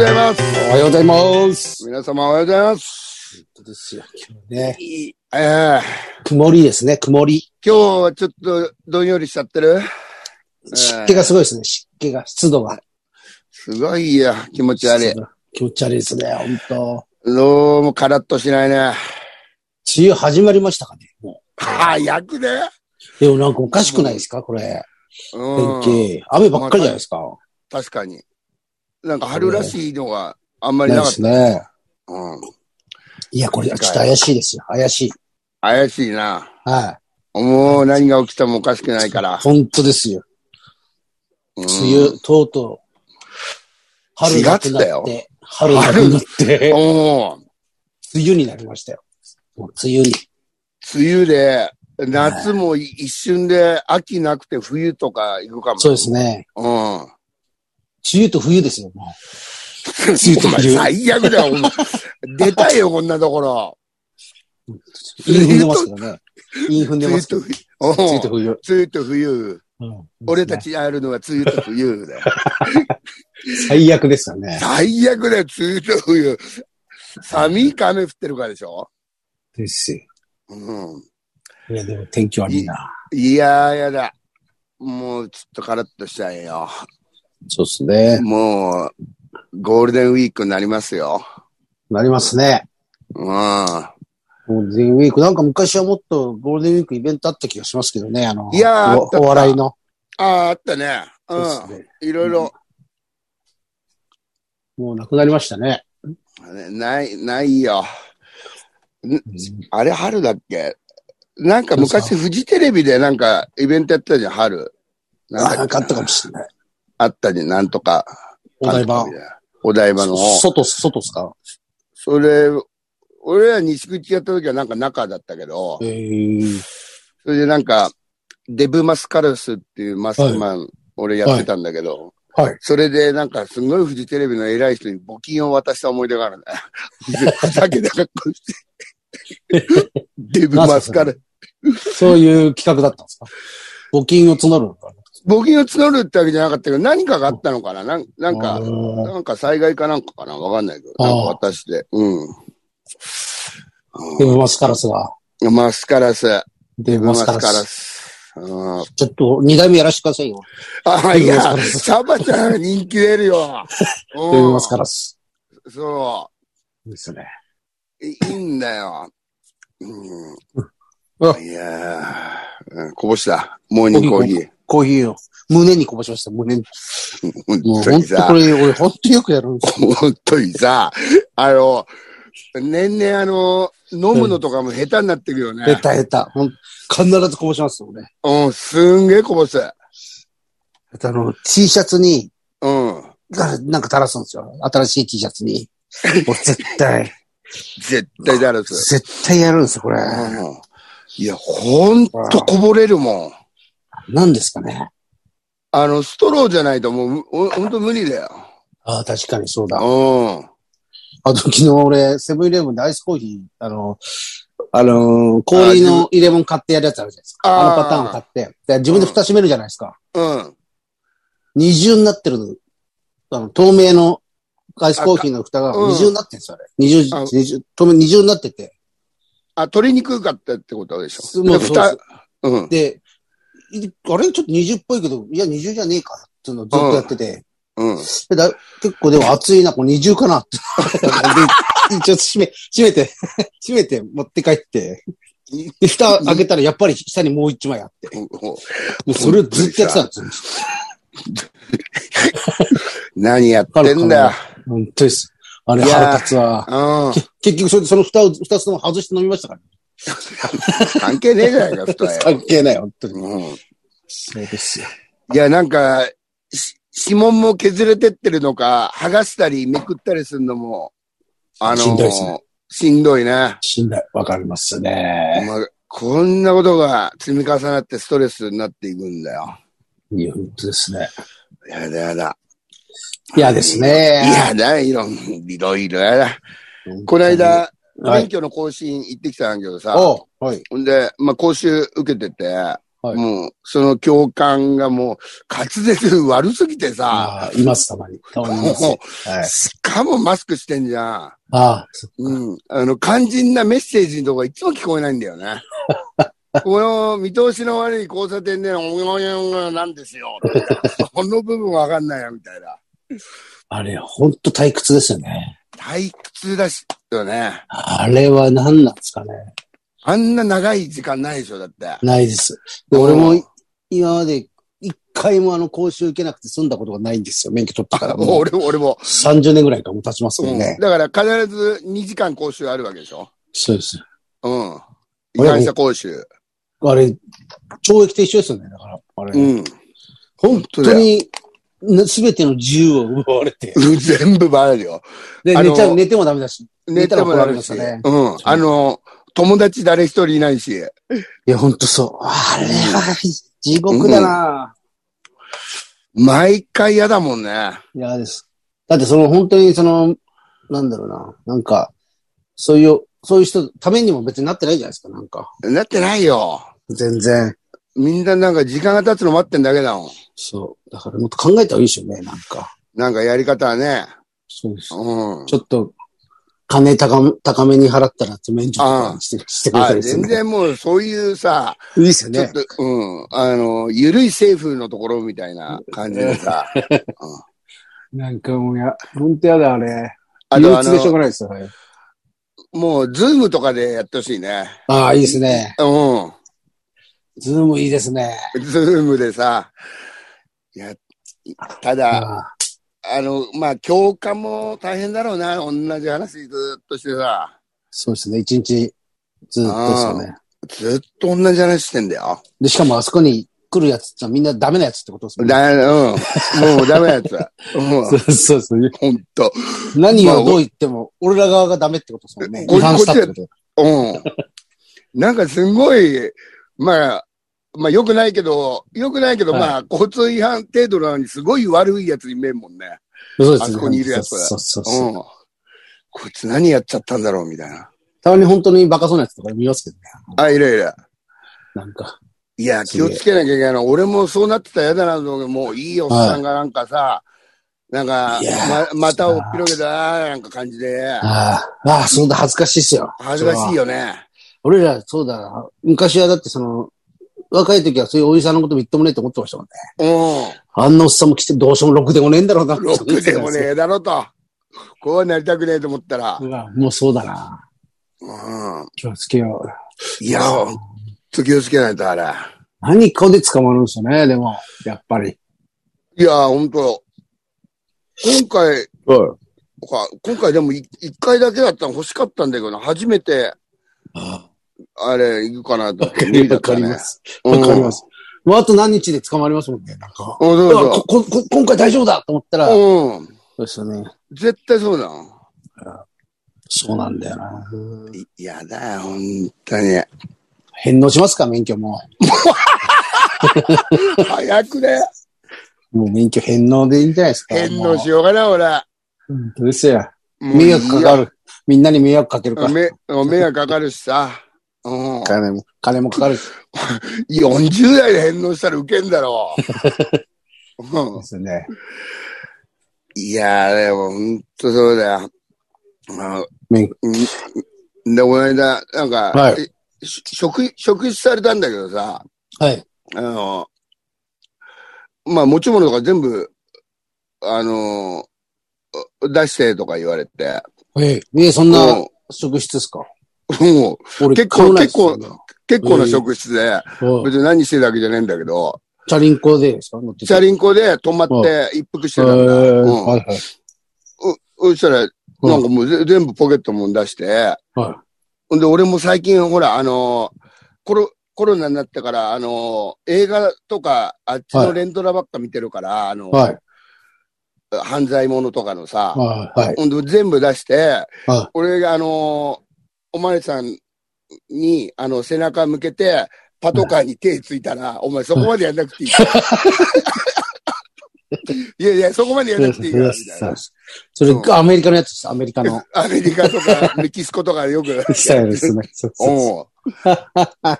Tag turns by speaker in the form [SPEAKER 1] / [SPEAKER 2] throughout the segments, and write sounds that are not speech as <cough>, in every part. [SPEAKER 1] うございます。
[SPEAKER 2] 皆様おはようございます。
[SPEAKER 1] 本当ですよ、今日ね。
[SPEAKER 2] ええ
[SPEAKER 1] 曇りですね、曇り。
[SPEAKER 2] 今日はちょっとどんよりしちゃってる
[SPEAKER 1] 湿気がすごいですね、湿気が、湿度が。
[SPEAKER 2] すごいよ、気持ち悪い
[SPEAKER 1] 湿。度が気持ち悪いですね、本当
[SPEAKER 2] どうもカラッとしないね。
[SPEAKER 1] 梅雨始まりましたかね、も
[SPEAKER 2] 早くね。
[SPEAKER 1] う。でもなんかおかしくないですか、これ。
[SPEAKER 2] う
[SPEAKER 1] 天
[SPEAKER 2] ん。
[SPEAKER 1] 気。雨ばっかりじゃないですか。
[SPEAKER 2] 確かに。なんか春らしいのがあんまり
[SPEAKER 1] な
[SPEAKER 2] ないか
[SPEAKER 1] で
[SPEAKER 2] っ
[SPEAKER 1] すね。
[SPEAKER 2] た。うん。
[SPEAKER 1] いや、これちょっと怪しいですよ、怪しい。
[SPEAKER 2] 怪しいな。
[SPEAKER 1] は
[SPEAKER 2] もう何が起きてもおかしくないから
[SPEAKER 1] い。。本当ですよ。
[SPEAKER 2] 梅
[SPEAKER 1] 梅雨、とうとう。春がなくな
[SPEAKER 2] 4月
[SPEAKER 1] っ
[SPEAKER 2] だ
[SPEAKER 1] て、春がなくなって、 <laughs> 梅
[SPEAKER 2] おー
[SPEAKER 1] 雨になりましたよ。もう梅雨に。
[SPEAKER 2] 梅雨で、夏も一瞬で秋なくて冬とか行くかも。
[SPEAKER 1] そうですね。
[SPEAKER 2] うん。
[SPEAKER 1] 梅雨と冬ですよ、もう。梅雨と冬
[SPEAKER 2] お前最悪だよ、お
[SPEAKER 1] <laughs>
[SPEAKER 2] 前出たいよ、こんなところ。
[SPEAKER 1] イン踏んでますけど
[SPEAKER 2] <laughs>
[SPEAKER 1] ね。イン踏んでま
[SPEAKER 2] 梅雨
[SPEAKER 1] すけ
[SPEAKER 2] と
[SPEAKER 1] ど。
[SPEAKER 2] 冬。おう
[SPEAKER 1] 梅雨と冬。
[SPEAKER 2] 梅雨と冬。
[SPEAKER 1] うん
[SPEAKER 2] 俺た。ちがやるのは梅雨と冬だよ。
[SPEAKER 1] 最悪ですよね。
[SPEAKER 2] 最悪だよ、梅雨と冬。寒いか雨降ってるからでしょ
[SPEAKER 1] ですよ。
[SPEAKER 2] うん。
[SPEAKER 1] いや、でも天気悪いな。
[SPEAKER 2] いやー、やだ。もう、ちょっとカラッとしちゃえよ。
[SPEAKER 1] そうですね。
[SPEAKER 2] もう、ゴールデンウィークになりますよ。
[SPEAKER 1] なりますね。
[SPEAKER 2] うん。あ
[SPEAKER 1] ゴールデンウィーク。なんか昔はもっとゴールデンウィークイベントあった気がしますけどね。あの、
[SPEAKER 2] いやー
[SPEAKER 1] お
[SPEAKER 2] あった
[SPEAKER 1] お笑いの。
[SPEAKER 2] あ、あったね。う
[SPEAKER 1] そうですね
[SPEAKER 2] ん。いろいろ、
[SPEAKER 1] もうなくなりましたね。
[SPEAKER 2] ない、ないよ。あれ春だっけなんか昔フジテレビでなんかイベントやってたじゃん、春。
[SPEAKER 1] あなんかあった
[SPEAKER 2] か
[SPEAKER 1] かもしれない。
[SPEAKER 2] あったじゃん、なんとか。
[SPEAKER 1] お台場。。
[SPEAKER 2] お台場の。
[SPEAKER 1] そ外、外ですか
[SPEAKER 2] それ、俺ら西口やった時はなんか中だったけど
[SPEAKER 1] え、ー、
[SPEAKER 2] それでなんか、デブマスカルスっていうマスクマン、俺やってたんだけど、
[SPEAKER 1] はいはい
[SPEAKER 2] それでなんかすごいフジテレビの偉い人に募金を渡した思い出があるね。ふざけた格
[SPEAKER 1] <laughs>
[SPEAKER 2] 好して。デブマスカルス
[SPEAKER 1] そういう企画だったんですか募金を募るのか
[SPEAKER 2] 募金を募るってわけじゃなかったけど、何かがあったのかななん
[SPEAKER 1] な
[SPEAKER 2] な
[SPEAKER 1] んか、
[SPEAKER 2] か、なんか災害かなんかかなわかんないけど、
[SPEAKER 1] あ
[SPEAKER 2] な
[SPEAKER 1] ー
[SPEAKER 2] んか私で。うん。
[SPEAKER 1] デブマスカラスが。
[SPEAKER 2] うんマスカラス。
[SPEAKER 1] デブ
[SPEAKER 2] マ
[SPEAKER 1] マス
[SPEAKER 2] ス
[SPEAKER 1] カ
[SPEAKER 2] カ
[SPEAKER 1] ラス。
[SPEAKER 2] ラス。うん、
[SPEAKER 1] ちょっと、二代目やらしてくださいよ。
[SPEAKER 2] あ、い
[SPEAKER 1] マスカ
[SPEAKER 2] や
[SPEAKER 1] ラ、ス
[SPEAKER 2] サバちゃん人気出るよ。
[SPEAKER 1] <laughs> デ
[SPEAKER 2] う
[SPEAKER 1] ブ
[SPEAKER 2] ん
[SPEAKER 1] マスカラス。
[SPEAKER 2] そ
[SPEAKER 1] ですね。
[SPEAKER 2] う。いいいんだよ。うん
[SPEAKER 1] うわ。
[SPEAKER 2] いやーうんこぼした。モーニングコーヒー。
[SPEAKER 1] コーヒーを胸にこぼしました、胸に。
[SPEAKER 2] 本
[SPEAKER 1] もう
[SPEAKER 2] 当
[SPEAKER 1] 本
[SPEAKER 2] に
[SPEAKER 1] 当こ
[SPEAKER 2] さ、
[SPEAKER 1] れ、俺本当よくやるんですよ。
[SPEAKER 2] 本当にさ、あの、年々あの、飲むのとかも下手になってくよね。
[SPEAKER 1] 下手下手。ほん必ずこぼしますよ、俺。
[SPEAKER 2] うん、すんげえこぼす。
[SPEAKER 1] あの、T シャツに、
[SPEAKER 2] うん。
[SPEAKER 1] がなんか垂らすんですよ。新しい T シャツに。もう絶対、
[SPEAKER 2] 絶対だらす。
[SPEAKER 1] 絶対やるんですよ、これ。
[SPEAKER 2] うんいや、ほんとこぼれるもん。
[SPEAKER 1] 何ですかね。
[SPEAKER 2] あの、ストローじゃないともう、ほほんと無理だよ。
[SPEAKER 1] ああ、確かにそうだ。
[SPEAKER 2] うん。
[SPEAKER 1] あと、昨日俺、セブンイレブンでアイスコーヒー、あの、あのー、氷の入れ物買ってやるやつあるじゃないですか。
[SPEAKER 2] あ
[SPEAKER 1] あ
[SPEAKER 2] ー
[SPEAKER 1] のパターンを買って。で自分で蓋閉めるじゃないですか。
[SPEAKER 2] うん。
[SPEAKER 1] 二重になってる、あの、透明のアイスコーヒーの蓋が
[SPEAKER 2] うん
[SPEAKER 1] 二重になってるんですよ、あれ。二重
[SPEAKER 2] あ、
[SPEAKER 1] 二重、透明二重になってて。
[SPEAKER 2] あ、取りにくかったってことでしょ。
[SPEAKER 1] もう
[SPEAKER 2] で
[SPEAKER 1] そう
[SPEAKER 2] 蓋うん。
[SPEAKER 1] で、いあれちょっと二重っぽいけど、いや、二重じゃねえか。っていうのをずっとやってて。
[SPEAKER 2] うん。
[SPEAKER 1] でだ結構でも熱いな、これ二重かなって。 <laughs> で一応閉め、閉めて、 <laughs> 閉めて持って帰って。で、蓋開けたらやっぱり下にもう一枚あって。もうそれをずっとやってたんですよ。
[SPEAKER 2] 何やってんだよ。
[SPEAKER 1] 本当です。あれ
[SPEAKER 2] いやー
[SPEAKER 1] 腹立つわ。
[SPEAKER 2] うん。
[SPEAKER 1] 結局それでその蓋を二つとも外して飲みましたから。
[SPEAKER 2] 関係ねえじゃない
[SPEAKER 1] <laughs>
[SPEAKER 2] か、二重。
[SPEAKER 1] 関係ない、本当に。
[SPEAKER 2] うん。
[SPEAKER 1] そうですよ。
[SPEAKER 2] いや、なんか、し指紋も削れてってるのか、剥がしたりめくったりするのも、あのー
[SPEAKER 1] しんどいっすね
[SPEAKER 2] しんどいね。
[SPEAKER 1] 信頼、わかりますね。
[SPEAKER 2] まあ、こんなことが積み重なってストレスになっていくんだよ。
[SPEAKER 1] いや、本当ですね。
[SPEAKER 2] やだやだ。
[SPEAKER 1] 嫌ですね。
[SPEAKER 2] いやだ、いろん、いろいろやだ。
[SPEAKER 1] 本当に
[SPEAKER 2] この、間、
[SPEAKER 1] は
[SPEAKER 2] 免
[SPEAKER 1] い。
[SPEAKER 2] 許の更新行ってきたんだけどさ、
[SPEAKER 1] おうはい。
[SPEAKER 2] ほんで、まあ、講習受けてて、
[SPEAKER 1] はい
[SPEAKER 2] もう、その教官がもう、滑舌悪すぎてさ、
[SPEAKER 1] ああ、います、たまに。たまにいます。
[SPEAKER 2] も
[SPEAKER 1] は
[SPEAKER 2] う、
[SPEAKER 1] い。
[SPEAKER 2] しかもマスクしてんじゃん。
[SPEAKER 1] ああ、そ
[SPEAKER 2] うん。あの、肝心なメッセージのとこがいつも聞こえないんだ
[SPEAKER 1] <laughs>
[SPEAKER 2] よね。この見通しの悪い交差点で、およおよおよなんですよ。この部分わかんないよ、みたいな。
[SPEAKER 1] あれ、ほんと退屈ですよね。
[SPEAKER 2] 退屈だし、よね。
[SPEAKER 1] あれは何なんですかね。
[SPEAKER 2] あんな長い時間ないでしょ、だって。
[SPEAKER 1] ないです。で俺も今まで一回もあの講習受けなくて済んだことがないんですよ。免許取ったから。
[SPEAKER 2] もう
[SPEAKER 1] もう
[SPEAKER 2] 俺も、俺も。
[SPEAKER 1] 30年ぐらいかもう経ちますもんね
[SPEAKER 2] う。んだから必ず2時間講習あるわけでしょ
[SPEAKER 1] そうです。
[SPEAKER 2] うん。違反者講習。
[SPEAKER 1] あれ、懲役と一緒ですよね。だから、あれ。
[SPEAKER 2] うん。
[SPEAKER 1] 本当に、すべての自由を奪われて。
[SPEAKER 2] 全部バレるよ。
[SPEAKER 1] で、
[SPEAKER 2] あの
[SPEAKER 1] 寝ちゃう寝てもダメだし。
[SPEAKER 2] 寝てもらうし。
[SPEAKER 1] 寝たら怒られま
[SPEAKER 2] うん。あの、友達誰一人いないし。
[SPEAKER 1] いや、ほんとそう。あれは、地獄だな
[SPEAKER 2] 毎回嫌だもんね。
[SPEAKER 1] 嫌、です。だってその、本当にその、なんだろうな。なんか、そういう、そういう人のためにも別になってないじゃないですか、なんか。
[SPEAKER 2] なってないよ。
[SPEAKER 1] 全然。
[SPEAKER 2] みんななんか時間が経つの待ってんだけだもん。
[SPEAKER 1] そう。だからもっと考えた方がいいですよね、なんか。
[SPEAKER 2] なんかやり方はね。
[SPEAKER 1] そうです。
[SPEAKER 2] うん
[SPEAKER 1] ち。ょっと、金高め高めに払ったらって免除とかにしてしてくれた
[SPEAKER 2] あ
[SPEAKER 1] りする
[SPEAKER 2] 全。然もうそういうさ、
[SPEAKER 1] いいですよ
[SPEAKER 2] ちょっ
[SPEAKER 1] ね。
[SPEAKER 2] と、うん、あの、ゆるい政府のところみたいな感じ
[SPEAKER 1] <laughs>
[SPEAKER 2] でさ。
[SPEAKER 1] なんかもうや、ほんとやだ、あれ。
[SPEAKER 2] あ
[SPEAKER 1] 憂
[SPEAKER 2] とあ
[SPEAKER 1] 鬱でしょう
[SPEAKER 2] の、
[SPEAKER 1] がないですよね。
[SPEAKER 2] もうズームとかでやってほしいね。
[SPEAKER 1] ああ、いいですね。
[SPEAKER 2] うん。
[SPEAKER 1] ズームいいですね。
[SPEAKER 2] ズームでさ、いや、ただ、
[SPEAKER 1] ああ
[SPEAKER 2] あの、まあ、教官も大変だろうな、同じ話ずっとしてさ、
[SPEAKER 1] そうですね。一日、ずっとですよね。
[SPEAKER 2] ずっと同じ話してんだよ。
[SPEAKER 1] で、しかもあそこに来るやつってのはみんなダメなやつってことですね。
[SPEAKER 2] だ、うん、もうダメなやつ。
[SPEAKER 1] <laughs>
[SPEAKER 2] うん
[SPEAKER 1] そうそうそう。
[SPEAKER 2] ほんと。
[SPEAKER 1] 何をどう言っても、俺ら側がダメってことですもんね。
[SPEAKER 2] こ
[SPEAKER 1] 違反したってこと。
[SPEAKER 2] うん。なんかすごい、まあ、まあ良くないけど、良くないけど、
[SPEAKER 1] はい
[SPEAKER 2] まあ、交通違反程度なのにすごい悪いやつに見えるもんね。
[SPEAKER 1] そうです
[SPEAKER 2] あそこにいるやつ
[SPEAKER 1] そうそうそう
[SPEAKER 2] うん。こいつ何やっちゃったんだろうみたいな。
[SPEAKER 1] たまに本当にバカそうなやつとか見ますけどね。
[SPEAKER 2] あ、いるいる。
[SPEAKER 1] なんか。
[SPEAKER 2] いや、
[SPEAKER 1] す
[SPEAKER 2] 気
[SPEAKER 1] げえ
[SPEAKER 2] をつけなきゃいけないな。俺もそうなってたら嫌だなと思うけど、もういいおっさんがなんかさ、なんか
[SPEAKER 1] いや、
[SPEAKER 2] ま、股を広げた、なんか感じで、
[SPEAKER 1] ああ、ああ、そうだ、恥ずかしいっすよ。
[SPEAKER 2] 恥ずかしい
[SPEAKER 1] よ。
[SPEAKER 2] よね。
[SPEAKER 1] 俺ら、そうだな。昔はだってその、若い時はそういうおじさんのことみっともねえと思ってましたもんね。
[SPEAKER 2] うん。
[SPEAKER 1] あんなおっさんも来てどうしようもろくでもねえんだろうなって思ってたん
[SPEAKER 2] 6
[SPEAKER 1] ですよ。
[SPEAKER 2] でもねえだろと。こうなりたくねえと思ったら。
[SPEAKER 1] うわ。もうそうだな。
[SPEAKER 2] うん。
[SPEAKER 1] 気をつけよう。
[SPEAKER 2] いや、ほんと気をつけないとあれ。
[SPEAKER 1] 何かで捕まるんですよね、でも、やっぱり。
[SPEAKER 2] いや、ほんと。今回、
[SPEAKER 1] うん。
[SPEAKER 2] か今回でもい一回だけだったの欲しかったんだけどな、初めて、
[SPEAKER 1] わ
[SPEAKER 2] あれ、行くかなと思って
[SPEAKER 1] か
[SPEAKER 2] 見
[SPEAKER 1] り
[SPEAKER 2] た
[SPEAKER 1] わかりま
[SPEAKER 2] ね。
[SPEAKER 1] す。わかります。もうあと何日で捕まりますもんね、なんか。
[SPEAKER 2] うん。うん、
[SPEAKER 1] だから
[SPEAKER 2] そう
[SPEAKER 1] こここ今回大丈夫だと思ったら、そう
[SPEAKER 2] そう。うん。
[SPEAKER 1] ですよね。
[SPEAKER 2] 絶対そうだもん。
[SPEAKER 1] そうなんだよな。
[SPEAKER 2] いいやだよ、ほんとに。
[SPEAKER 1] 返納しますか、免許も。
[SPEAKER 2] 早
[SPEAKER 1] <laughs>
[SPEAKER 2] くね。
[SPEAKER 1] もう免許返納でいいんじゃないですか。
[SPEAKER 2] 返納しようかな、俺。
[SPEAKER 1] もう本当ですよ。
[SPEAKER 2] もう
[SPEAKER 1] 迷惑かかる。みんなに迷惑かけるから。
[SPEAKER 2] め、迷惑かかるしさ。うん。
[SPEAKER 1] 金も、金もかかるし。
[SPEAKER 2] 40代で返納したらウケんだろ
[SPEAKER 1] <laughs>
[SPEAKER 2] う。う
[SPEAKER 1] で
[SPEAKER 2] ん、
[SPEAKER 1] すよね。
[SPEAKER 2] いやー、でもほんとそうだよ。あ
[SPEAKER 1] 免
[SPEAKER 2] うんで、この間、なんか、
[SPEAKER 1] はい
[SPEAKER 2] えし職、職質されたんだけどさ、
[SPEAKER 1] はい。
[SPEAKER 2] あの、まあ持ち物とか全部、あの、出してとか言われて。
[SPEAKER 1] ええ、ええそんな職質ですか
[SPEAKER 2] うんうん
[SPEAKER 1] 俺
[SPEAKER 2] 結構
[SPEAKER 1] 買わないですよ
[SPEAKER 2] 結結構な職質で、
[SPEAKER 1] うん
[SPEAKER 2] 別に何してるわけじゃねえんだけど、
[SPEAKER 1] チャリンコでですか乗って
[SPEAKER 2] チャリンコで止まって一服して
[SPEAKER 1] え
[SPEAKER 2] たんだ。
[SPEAKER 1] ー
[SPEAKER 2] うん
[SPEAKER 1] はいはい。
[SPEAKER 2] そしたら、なんかもうぜ全部ポケットも出して、
[SPEAKER 1] は
[SPEAKER 2] ほんで、俺も最近、ほら、あのーコロ、コロナになってから、あのー映画とか、あっち
[SPEAKER 1] は
[SPEAKER 2] の
[SPEAKER 1] い
[SPEAKER 2] レンドラばっか見てるから、あの
[SPEAKER 1] い。はい。
[SPEAKER 2] 犯罪者とかのさ、
[SPEAKER 1] はい。はい。
[SPEAKER 2] ほんで、全部出して、
[SPEAKER 1] はい
[SPEAKER 2] 俺が、あのーお前さんに、あの、背中向けて、パトカーに手ついたら、お前そこまでやんなく
[SPEAKER 1] <laughs>
[SPEAKER 2] ていい。いやいや、そこまでやんなくていいから、みたいな。
[SPEAKER 1] それ、アメリカのやつです。アメリカの。
[SPEAKER 2] <laughs> アメリカとか、メキシコとかよく。 <laughs>
[SPEAKER 1] スタイルですね。そうそうそう
[SPEAKER 2] おう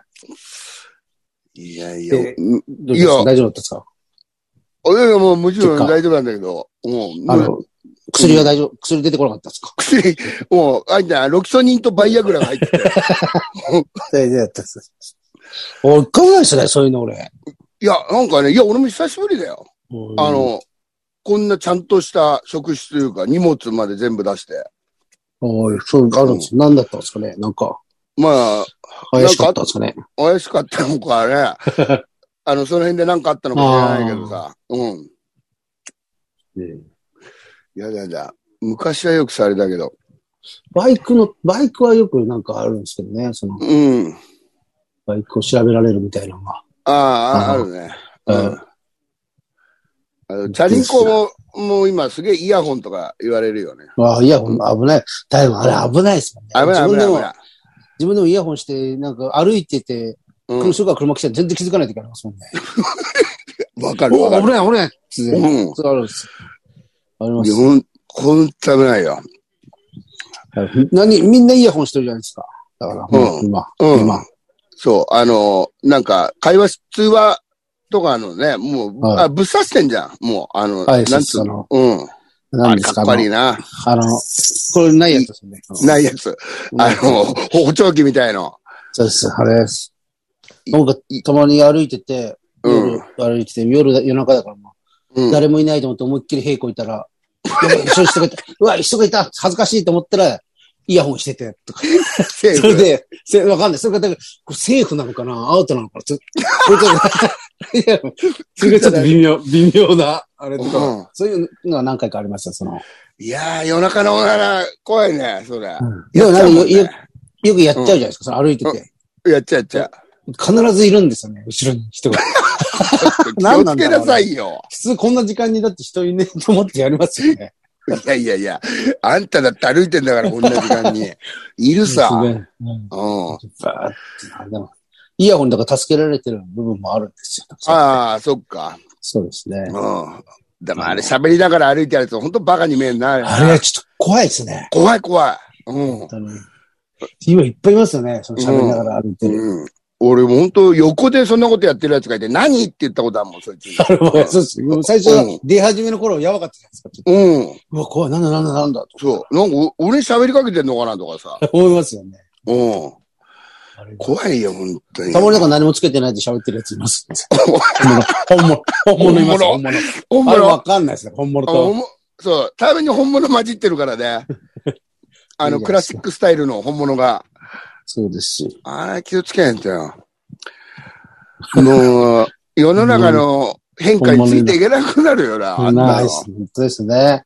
[SPEAKER 2] いやいや、
[SPEAKER 1] で
[SPEAKER 2] うん
[SPEAKER 1] どうです
[SPEAKER 2] いや
[SPEAKER 1] か大丈夫だったですか
[SPEAKER 2] いやいやもうもちろん
[SPEAKER 1] そっか
[SPEAKER 2] 大丈夫なんだけど、もう、
[SPEAKER 1] あ
[SPEAKER 2] もう
[SPEAKER 1] の、薬は大丈夫、薬出てこなかったですか
[SPEAKER 2] <laughs> 薬、もう、あんた、ロキソニンとバイアグラが入ってて。
[SPEAKER 1] 大丈夫だったです。俺、一回もないですね、そういうの俺。
[SPEAKER 2] いや、なんかね、いや、俺も久しぶりだよ。
[SPEAKER 1] うん
[SPEAKER 2] あ、の、こんなちゃんとした職種というか、荷物まで全部出して。
[SPEAKER 1] おいそう、あるんです。何だったんですかねなんか、
[SPEAKER 2] まあ、
[SPEAKER 1] 怪しかったんですかね
[SPEAKER 2] 怪しかったのかね。
[SPEAKER 1] <laughs>
[SPEAKER 2] あの、その辺で何かあったのかもしれないけどさ。うん。やだやだ。昔はよくされたけど。
[SPEAKER 1] バイクの、バイクはよくなんかあるんですけどね、その、
[SPEAKER 2] うん。
[SPEAKER 1] バイクを調べられるみたいなのが。
[SPEAKER 2] ああ、あ
[SPEAKER 1] あ
[SPEAKER 2] あ
[SPEAKER 1] の
[SPEAKER 2] るね。
[SPEAKER 1] う
[SPEAKER 2] うんん。あの、チャリンコも、もう今すげえイヤホンとか言われるよね。
[SPEAKER 1] ああ、イヤホン危ない。だいぶあれ危ないですもんね。
[SPEAKER 2] 危ない危
[SPEAKER 1] 自分
[SPEAKER 2] ない
[SPEAKER 1] で
[SPEAKER 2] 危
[SPEAKER 1] も、
[SPEAKER 2] ない。
[SPEAKER 1] 自分でもイヤホンして、なんか歩いてて、
[SPEAKER 2] う
[SPEAKER 1] 車人が車来たら全然気づかない時ありますもんね。
[SPEAKER 2] ん。わかる
[SPEAKER 1] お
[SPEAKER 2] わか
[SPEAKER 1] お、危
[SPEAKER 2] る。
[SPEAKER 1] ない危ないって。
[SPEAKER 2] うん。
[SPEAKER 1] そうあるんです。ありま
[SPEAKER 2] い
[SPEAKER 1] す。
[SPEAKER 2] やほん、ほんと危ないよ。
[SPEAKER 1] 何、みんなイヤホンしてるじゃないですか。だから、
[SPEAKER 2] うん
[SPEAKER 1] 今、
[SPEAKER 2] うん。
[SPEAKER 1] 今。
[SPEAKER 2] そう、あの、なんか、会話し、通話とかのね、もう、
[SPEAKER 1] はい
[SPEAKER 2] あ、ぶっ刺してんじゃん。もう、あの、
[SPEAKER 1] はい、
[SPEAKER 2] なん
[SPEAKER 1] そう
[SPEAKER 2] つう
[SPEAKER 1] あ
[SPEAKER 2] の。
[SPEAKER 1] の、
[SPEAKER 2] うん。あ
[SPEAKER 1] 何
[SPEAKER 2] れ
[SPEAKER 1] ですか
[SPEAKER 2] か
[SPEAKER 1] あの
[SPEAKER 2] っこいいな。
[SPEAKER 1] あの、これないやつですよね。
[SPEAKER 2] ないやつ。あの、補聴器みたいの。
[SPEAKER 1] そうです、あれです。僕がたまに歩いてて、
[SPEAKER 2] うん
[SPEAKER 1] 夜歩いてて、夜だ、夜中だから、まあ
[SPEAKER 2] うん。
[SPEAKER 1] 誰もいないと思って思いっきり平行いたら、 <laughs> やばい一緒に人がいた、うわ、人がいた、恥ずかしいと思ったら、イヤホンしてて、とか。
[SPEAKER 2] セー
[SPEAKER 1] それ
[SPEAKER 2] フ。
[SPEAKER 1] で、せわかんない。それが、だから、これセーフなのかなアウトなのかなちょこれちょっといや、それがちょっと微妙、微妙な、あれとか、
[SPEAKER 2] うん
[SPEAKER 1] そういうのは何回かありました、その。
[SPEAKER 2] いやー、夜中のおなら、怖いね、それ。
[SPEAKER 1] でもなんか
[SPEAKER 2] やっちゃうも
[SPEAKER 1] よ、
[SPEAKER 2] んね
[SPEAKER 1] よよくやっちゃうじゃないですか、その歩いてて。
[SPEAKER 2] やっちゃうやっちゃう。
[SPEAKER 1] 必ずいるんですよね、後ろに人が。
[SPEAKER 2] <laughs> 気をつけなさいよ。
[SPEAKER 1] 普通こんな時間にだって人いねえと思ってやりますよね。
[SPEAKER 2] いやいやいや、あんただって歩いてんだから、こんな時
[SPEAKER 1] <laughs>
[SPEAKER 2] 間に。いるさ。
[SPEAKER 1] す
[SPEAKER 2] う
[SPEAKER 1] ご
[SPEAKER 2] ん。
[SPEAKER 1] いうんバーってなでもイヤホンだから助けられてる部分もあるんですよ。
[SPEAKER 2] ああ、そっか。
[SPEAKER 1] そうですね
[SPEAKER 2] う。ん。だからあれ喋りながら歩いてるやつ、ほんとバカに見えんな。あれ
[SPEAKER 1] あれはちょっと怖いですね。
[SPEAKER 2] 怖い怖い。うん
[SPEAKER 1] 本。当に。今いっぱいいますよね。その喋りながら歩いてる。
[SPEAKER 2] うん。俺も本当横でそんなことやってるやつがいて、何って言ったことあるもん、そ
[SPEAKER 1] <laughs>
[SPEAKER 2] いつ。
[SPEAKER 1] あれもそうです。もう最初
[SPEAKER 2] う
[SPEAKER 1] は
[SPEAKER 2] ん
[SPEAKER 1] 出始めの頃やばかったじゃないですか。ちょっと
[SPEAKER 2] う
[SPEAKER 1] う
[SPEAKER 2] ん。
[SPEAKER 1] わ、怖い。なんだなんだなんだと
[SPEAKER 2] そう。なんか、お俺に喋りかけてんのかなとかさ。
[SPEAKER 1] 思いますよね。
[SPEAKER 2] うん。
[SPEAKER 1] あれ
[SPEAKER 2] 怖いよ、本当に。
[SPEAKER 1] たまになんか何もつけてないで喋ってるやついます。本物。本物。本物います。本
[SPEAKER 2] 本
[SPEAKER 1] 物。
[SPEAKER 2] 本
[SPEAKER 1] あれ
[SPEAKER 2] 物
[SPEAKER 1] わかんないですね。本物
[SPEAKER 2] あ
[SPEAKER 1] と。
[SPEAKER 2] 本物そう。たまに本物混じって
[SPEAKER 1] <laughs>
[SPEAKER 2] るからね。あ
[SPEAKER 1] いいじゃないです
[SPEAKER 2] の、
[SPEAKER 1] か
[SPEAKER 2] クラシックスタイルの本物が。
[SPEAKER 1] そうですし。
[SPEAKER 2] あれ、気をつけへんとよ。もう、世の中の変化についていけなくなるよな。あん
[SPEAKER 1] な
[SPEAKER 2] ないの
[SPEAKER 1] です。本当ですね。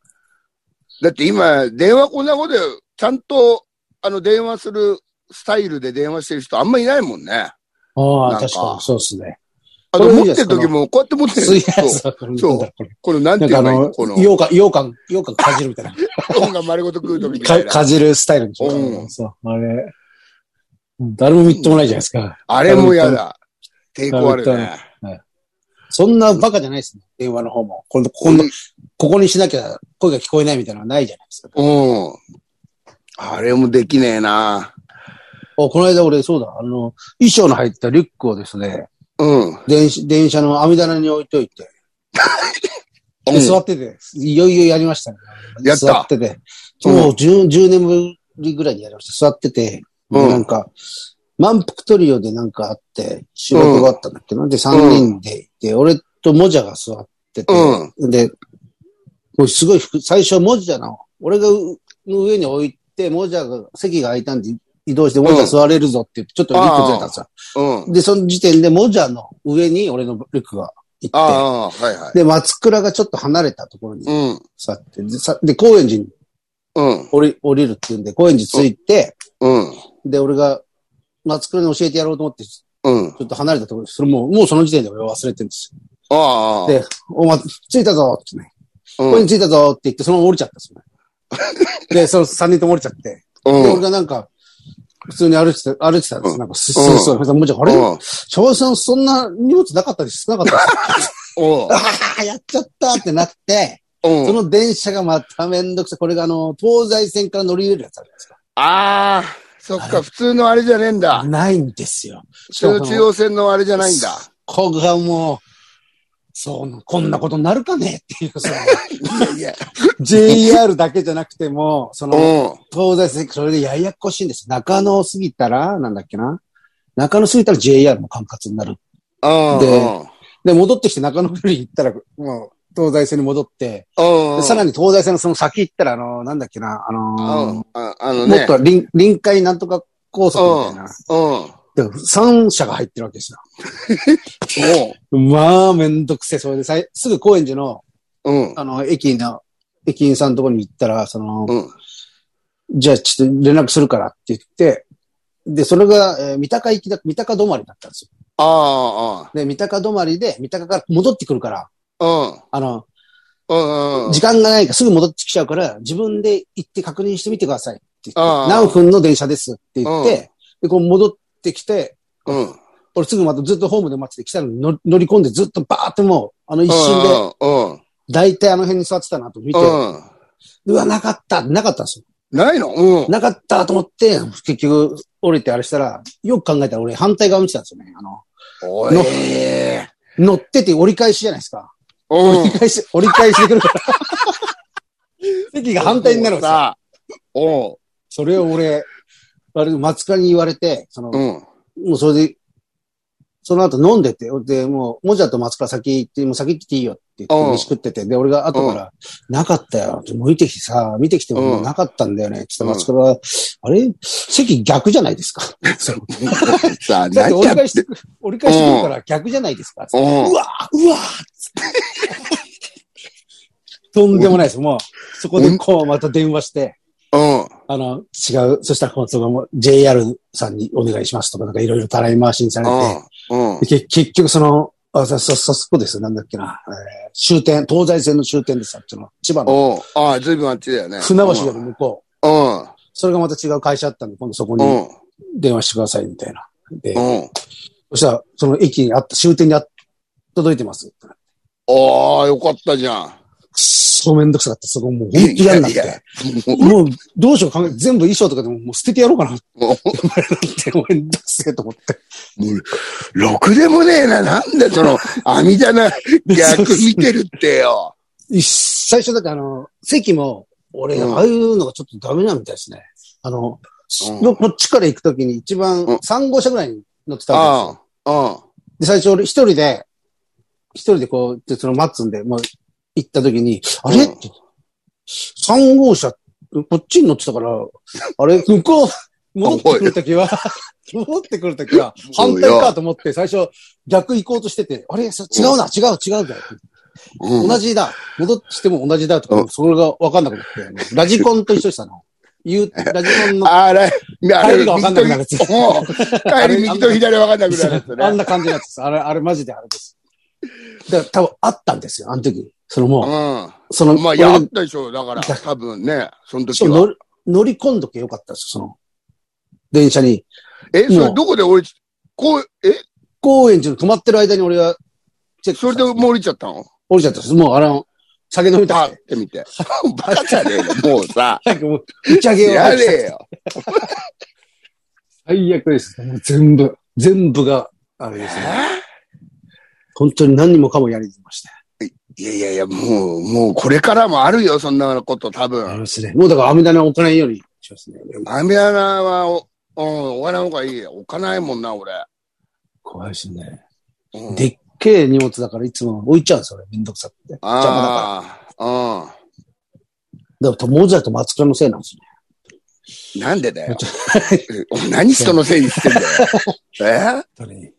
[SPEAKER 2] だって今、電話こんなことよちゃんと、あの、電話するスタイルで電話してる人あんまいないもんね。
[SPEAKER 1] あ
[SPEAKER 2] な
[SPEAKER 1] あ、
[SPEAKER 2] んか
[SPEAKER 1] 確かに、そうですね。
[SPEAKER 2] あ
[SPEAKER 1] そ
[SPEAKER 2] と、
[SPEAKER 1] れい
[SPEAKER 2] 持
[SPEAKER 1] いで
[SPEAKER 2] って
[SPEAKER 1] す
[SPEAKER 2] る時も、こうやって持って
[SPEAKER 1] 水
[SPEAKER 2] る。
[SPEAKER 1] 平
[SPEAKER 2] そう
[SPEAKER 1] さん。
[SPEAKER 2] そう
[SPEAKER 1] なんだこれ
[SPEAKER 2] この、なんて
[SPEAKER 1] ないん
[SPEAKER 2] う
[SPEAKER 1] かあ
[SPEAKER 2] の
[SPEAKER 1] の
[SPEAKER 2] この、、
[SPEAKER 1] 羊羹、羊羹、羊羹かじるみたいな。
[SPEAKER 2] 本が丸ごと食う時みた
[SPEAKER 1] か
[SPEAKER 2] いな。
[SPEAKER 1] かじるスタイルでしょ。
[SPEAKER 2] うん
[SPEAKER 1] そう、あれ。誰もみっともないじゃないですか。
[SPEAKER 2] あれも嫌だ。抵抗あるね。
[SPEAKER 1] そんなバカじゃないですね。電話の方も。このこの
[SPEAKER 2] うん
[SPEAKER 1] ここにしなきゃ声が聞こえないみたいなのはないじゃないですか。
[SPEAKER 2] うん。あれもできねえな。
[SPEAKER 1] おこの間俺、そうだ、あの、衣装の入ったリュックをですね、
[SPEAKER 2] うん。
[SPEAKER 1] 電子電車の網棚に置いとい
[SPEAKER 2] <laughs>
[SPEAKER 1] て、で
[SPEAKER 2] うん
[SPEAKER 1] 座ってて、いよいよやりましたね。
[SPEAKER 2] やった
[SPEAKER 1] 座ってて。
[SPEAKER 2] うん
[SPEAKER 1] もう 10, 10年ぶりぐらいにやりました。座ってて、
[SPEAKER 2] う
[SPEAKER 1] で
[SPEAKER 2] ん
[SPEAKER 1] なんか、満腹トリオでなんかあって、仕事があったんだっけど、で、3人で、で、俺とモジャが座ってて、
[SPEAKER 2] う
[SPEAKER 1] で、もうすごい服、最初モジャの、俺がうの上に置いて、モジャが、席が空いたんで移動して、モジャ座れるぞって言って、ちょっとリュックずれたんですよ。
[SPEAKER 2] うん。
[SPEAKER 1] で、その時点でモジャの上に俺のリュックが行って、
[SPEAKER 2] ああ、はいはい。
[SPEAKER 1] で、松倉がちょっと離れたところに
[SPEAKER 2] うん。
[SPEAKER 1] 座って、で、さで高円寺に
[SPEAKER 2] うん。
[SPEAKER 1] 降り降りるっていうんで、高円寺着いて、
[SPEAKER 2] うん。
[SPEAKER 1] で、俺が松倉に教えてやろうと思って、ち
[SPEAKER 2] うん。
[SPEAKER 1] ょっと離れたところで、それもう、もうその時点で俺は忘れてるんですよ。
[SPEAKER 2] ああ。
[SPEAKER 1] で、お前、着いたぞってね、
[SPEAKER 2] うん
[SPEAKER 1] 高円寺着いたぞって言って、そのまま降りちゃったんです
[SPEAKER 2] <laughs>
[SPEAKER 1] よね。で、その三人とも降りちゃって、で、
[SPEAKER 2] う
[SPEAKER 1] 俺
[SPEAKER 2] ん。
[SPEAKER 1] がなんか、普通に歩いてた、歩いてたんです
[SPEAKER 2] う
[SPEAKER 1] よ。
[SPEAKER 2] ん
[SPEAKER 1] なんか、すそうそう。もうじゃあ、あれ
[SPEAKER 2] うん
[SPEAKER 1] 翔平さん、そんな荷物なかったりしなかったです
[SPEAKER 2] おう
[SPEAKER 1] ああ、やっちゃったってなって、
[SPEAKER 2] うん
[SPEAKER 1] その電車がまためんどくさい。これがあの、東西線から乗り入れるやつあるじゃないですか。
[SPEAKER 2] ああ、そっか、普通のあれじゃねえんだ。
[SPEAKER 1] ないんですよ。
[SPEAKER 2] 普通の中央線のあれじゃないんだ。
[SPEAKER 1] ここがもう、そう、こんなことになるかねっていう、そ
[SPEAKER 2] <laughs>
[SPEAKER 1] の、
[SPEAKER 2] いや、
[SPEAKER 1] JR だけじゃなくても、その、
[SPEAKER 2] うん。
[SPEAKER 1] 東西線、それでややこしいんです。中野を過ぎたら、なんだっけな。中野過ぎたら JR の管轄になる。
[SPEAKER 2] うん。
[SPEAKER 1] で
[SPEAKER 2] うん
[SPEAKER 1] で、戻ってきて中野より行ったら、もう、東西線に戻って、
[SPEAKER 2] うんうん。
[SPEAKER 1] でさらに東西線のその先行ったら、あの、なんだっけな、あ
[SPEAKER 2] う
[SPEAKER 1] の
[SPEAKER 2] ん。ああ
[SPEAKER 1] ー、
[SPEAKER 2] の
[SPEAKER 1] もっ
[SPEAKER 2] ね。
[SPEAKER 1] と臨臨海なんとか高速みたいな。
[SPEAKER 2] うん。
[SPEAKER 1] で3社が入ってるわけですよ。まあ、めんどくせえ。それでさい、すぐ高円寺の、
[SPEAKER 2] うん。
[SPEAKER 1] あの、駅の、駅員さんのところに行ったら、その、
[SPEAKER 2] うん。
[SPEAKER 1] じゃあちょっと連絡するからって言って、で、それが、えー三鷹行きだ、三鷹止まりだったんですよ。
[SPEAKER 2] ああ、
[SPEAKER 1] で、三鷹止まりで、三鷹から戻ってくるから、
[SPEAKER 2] ああ。うん。
[SPEAKER 1] あの、
[SPEAKER 2] うん。うん
[SPEAKER 1] 時間がないからすぐ戻ってきちゃうから、自分で行って確認してみてくださいって言って、
[SPEAKER 2] ああ
[SPEAKER 1] 何分の電車ですって言っ
[SPEAKER 2] う
[SPEAKER 1] て、で、こう戻ってきて、
[SPEAKER 2] うん。
[SPEAKER 1] 俺すぐまたずっとホームで待ってて来たのに乗乗り込んでずっとバーってもう、あの一瞬で、
[SPEAKER 2] で。うん。
[SPEAKER 1] 大体あの辺に座ってたなと見て、
[SPEAKER 2] うん。
[SPEAKER 1] うわ、なかった、なかったんですよ。
[SPEAKER 2] ないのうん。
[SPEAKER 1] なかったと思って、結局降りてあれしたら、よく考えたら俺反対側見てたんですよね。あの、
[SPEAKER 2] おい。
[SPEAKER 1] の乗ってて折り返しじゃないですか。
[SPEAKER 2] う
[SPEAKER 1] 折り返し、折り返してくる
[SPEAKER 2] <laughs>
[SPEAKER 1] から。席が反対になるんですよ。
[SPEAKER 2] さ。おう。
[SPEAKER 1] <laughs> それを俺、あれ、松川に言われて、その、
[SPEAKER 2] うん。
[SPEAKER 1] もうそれで、その後飲んでて、で、もう、もじゃと松川先行って、もう先行っていいよって言っ
[SPEAKER 2] う
[SPEAKER 1] て、
[SPEAKER 2] ん
[SPEAKER 1] 飯食ってて、で、俺が後から、なかったよ。向いてきてさ、見てきてももうなかったんだよね。つって松川が、あれ席逆じゃないです
[SPEAKER 2] <laughs>
[SPEAKER 1] か。
[SPEAKER 2] さあ、
[SPEAKER 1] <laughs> だって
[SPEAKER 2] 何
[SPEAKER 1] 折り
[SPEAKER 2] やって
[SPEAKER 1] 返してく、折り返してくるから逆じゃないですか。
[SPEAKER 2] うん
[SPEAKER 1] うわうわーっつ
[SPEAKER 2] <laughs>
[SPEAKER 1] ってとんでもないです。もう、そこでこうまた電話して、
[SPEAKER 2] うん。
[SPEAKER 1] あの、違う。そしたら、その JR さんにお願いしますとか、なんかいろいろたらい回しにされて
[SPEAKER 2] うん。うん。
[SPEAKER 1] で、け結局その、あ、そ、そ、そ、そこです。なんだっけな。えー終点、東西線の終点です。あっちの、千葉の
[SPEAKER 2] おう。ああ、ずいぶんあっちだよね。
[SPEAKER 1] 船橋より向こう。
[SPEAKER 2] うん。
[SPEAKER 1] それがまた違う会社あったんで、今度そこ
[SPEAKER 2] う
[SPEAKER 1] に
[SPEAKER 2] ん。
[SPEAKER 1] 電話してください、みたいな。で、
[SPEAKER 2] うん。
[SPEAKER 1] そしたら、その駅にあった、終点にあった、届いてます。
[SPEAKER 2] ああ、よかったじゃん。 <laughs>
[SPEAKER 1] くっそめんどくさかった。そこもう本当嫌になっ
[SPEAKER 2] いやい
[SPEAKER 1] て。もう、どうしよう考え、全部衣装とかでももう捨ててやろうかな <laughs> って
[SPEAKER 2] も
[SPEAKER 1] 思われて、もうめんどくせえと思って。
[SPEAKER 2] う、もうろくでもねえな。なんでその、網
[SPEAKER 1] <laughs>
[SPEAKER 2] 棚逆見てるってよ。
[SPEAKER 1] い最初だってあの、席も、俺、
[SPEAKER 2] うん
[SPEAKER 1] ああいうのがちょっとダメなんみたいですね。あの、
[SPEAKER 2] うん
[SPEAKER 1] こっちから行くときに一番
[SPEAKER 2] うん
[SPEAKER 1] 3号車ぐらいに乗ってたわ
[SPEAKER 2] ああ、うん。
[SPEAKER 1] けですよ。で、最初俺一人で、一人でこう、でその待つんで、もう行ったときに、あれっ
[SPEAKER 2] うん
[SPEAKER 1] て、3号車、こっちに乗ってたから、あれ、向こう、戻ってくるときは、戻ってくるときは、反対かと思って、最初、逆行こうとしてて、あれ、そ違うな、違う、違うだよ。
[SPEAKER 2] うん
[SPEAKER 1] 同じだ。戻ってきても同じだと
[SPEAKER 2] う
[SPEAKER 1] か、それが分かんなくなって、ラジコンと一緒でしたの。言う、ラジコンの、
[SPEAKER 2] <laughs> あれ、あ
[SPEAKER 1] 帰
[SPEAKER 2] れ、
[SPEAKER 1] りが分かんなくなるや
[SPEAKER 2] <laughs>
[SPEAKER 1] つ
[SPEAKER 2] 右ともう帰り右と左分かんなくなるやつ
[SPEAKER 1] あん
[SPEAKER 2] ね。
[SPEAKER 1] な感じのやつです。あれ、あれマジであれです。だから多分あったんですよ、あの時。そのもう、その、
[SPEAKER 2] うん。まあ、
[SPEAKER 1] 俺
[SPEAKER 2] や
[SPEAKER 1] が
[SPEAKER 2] ったでしょ、だ
[SPEAKER 1] <laughs>
[SPEAKER 2] から、多分ね、その
[SPEAKER 1] そ
[SPEAKER 2] 時
[SPEAKER 1] う
[SPEAKER 2] は。
[SPEAKER 1] 乗り乗り込んどけよかったですよ、その、電車に。
[SPEAKER 2] え、そ
[SPEAKER 1] も
[SPEAKER 2] れ
[SPEAKER 1] う
[SPEAKER 2] どこで降りち、こう、え、
[SPEAKER 1] 高円寺の止まってる間に俺は、チェック
[SPEAKER 2] それで
[SPEAKER 1] した
[SPEAKER 2] もう降りちゃった
[SPEAKER 1] <laughs>
[SPEAKER 2] の
[SPEAKER 1] 降りちゃったんです。もう、あの、酒飲みた
[SPEAKER 2] パっ
[SPEAKER 1] くて。
[SPEAKER 2] て見 <laughs> て。バカじゃねえの、も
[SPEAKER 1] <laughs>
[SPEAKER 2] うさ。
[SPEAKER 1] 早くもう、打ち上げを。
[SPEAKER 2] やれよ。
[SPEAKER 1] 最悪です。もう全部、全部が、あれですね。本当に何もかもやりました。
[SPEAKER 2] いやいやいや、もう、もうこれからもあるよ、そんなこと、多
[SPEAKER 1] あり
[SPEAKER 2] 分。
[SPEAKER 1] ますね。もうだから網棚置かないようにしますね。
[SPEAKER 2] 網穴は、お、うん、お金の方がいいよ。置かないもんな、俺。
[SPEAKER 1] 怖いですね。
[SPEAKER 2] うん
[SPEAKER 1] でっけえ荷物だからいつも置いちゃうんですよ、俺。めんどくさくて。邪魔だから。
[SPEAKER 2] ああ、うん。
[SPEAKER 1] だから、もうじゃと松倉のせいなんですね。
[SPEAKER 2] なんでだよ。 <laughs> 何人のせいにしてんだ
[SPEAKER 1] <laughs>
[SPEAKER 2] よ。
[SPEAKER 1] 本当に。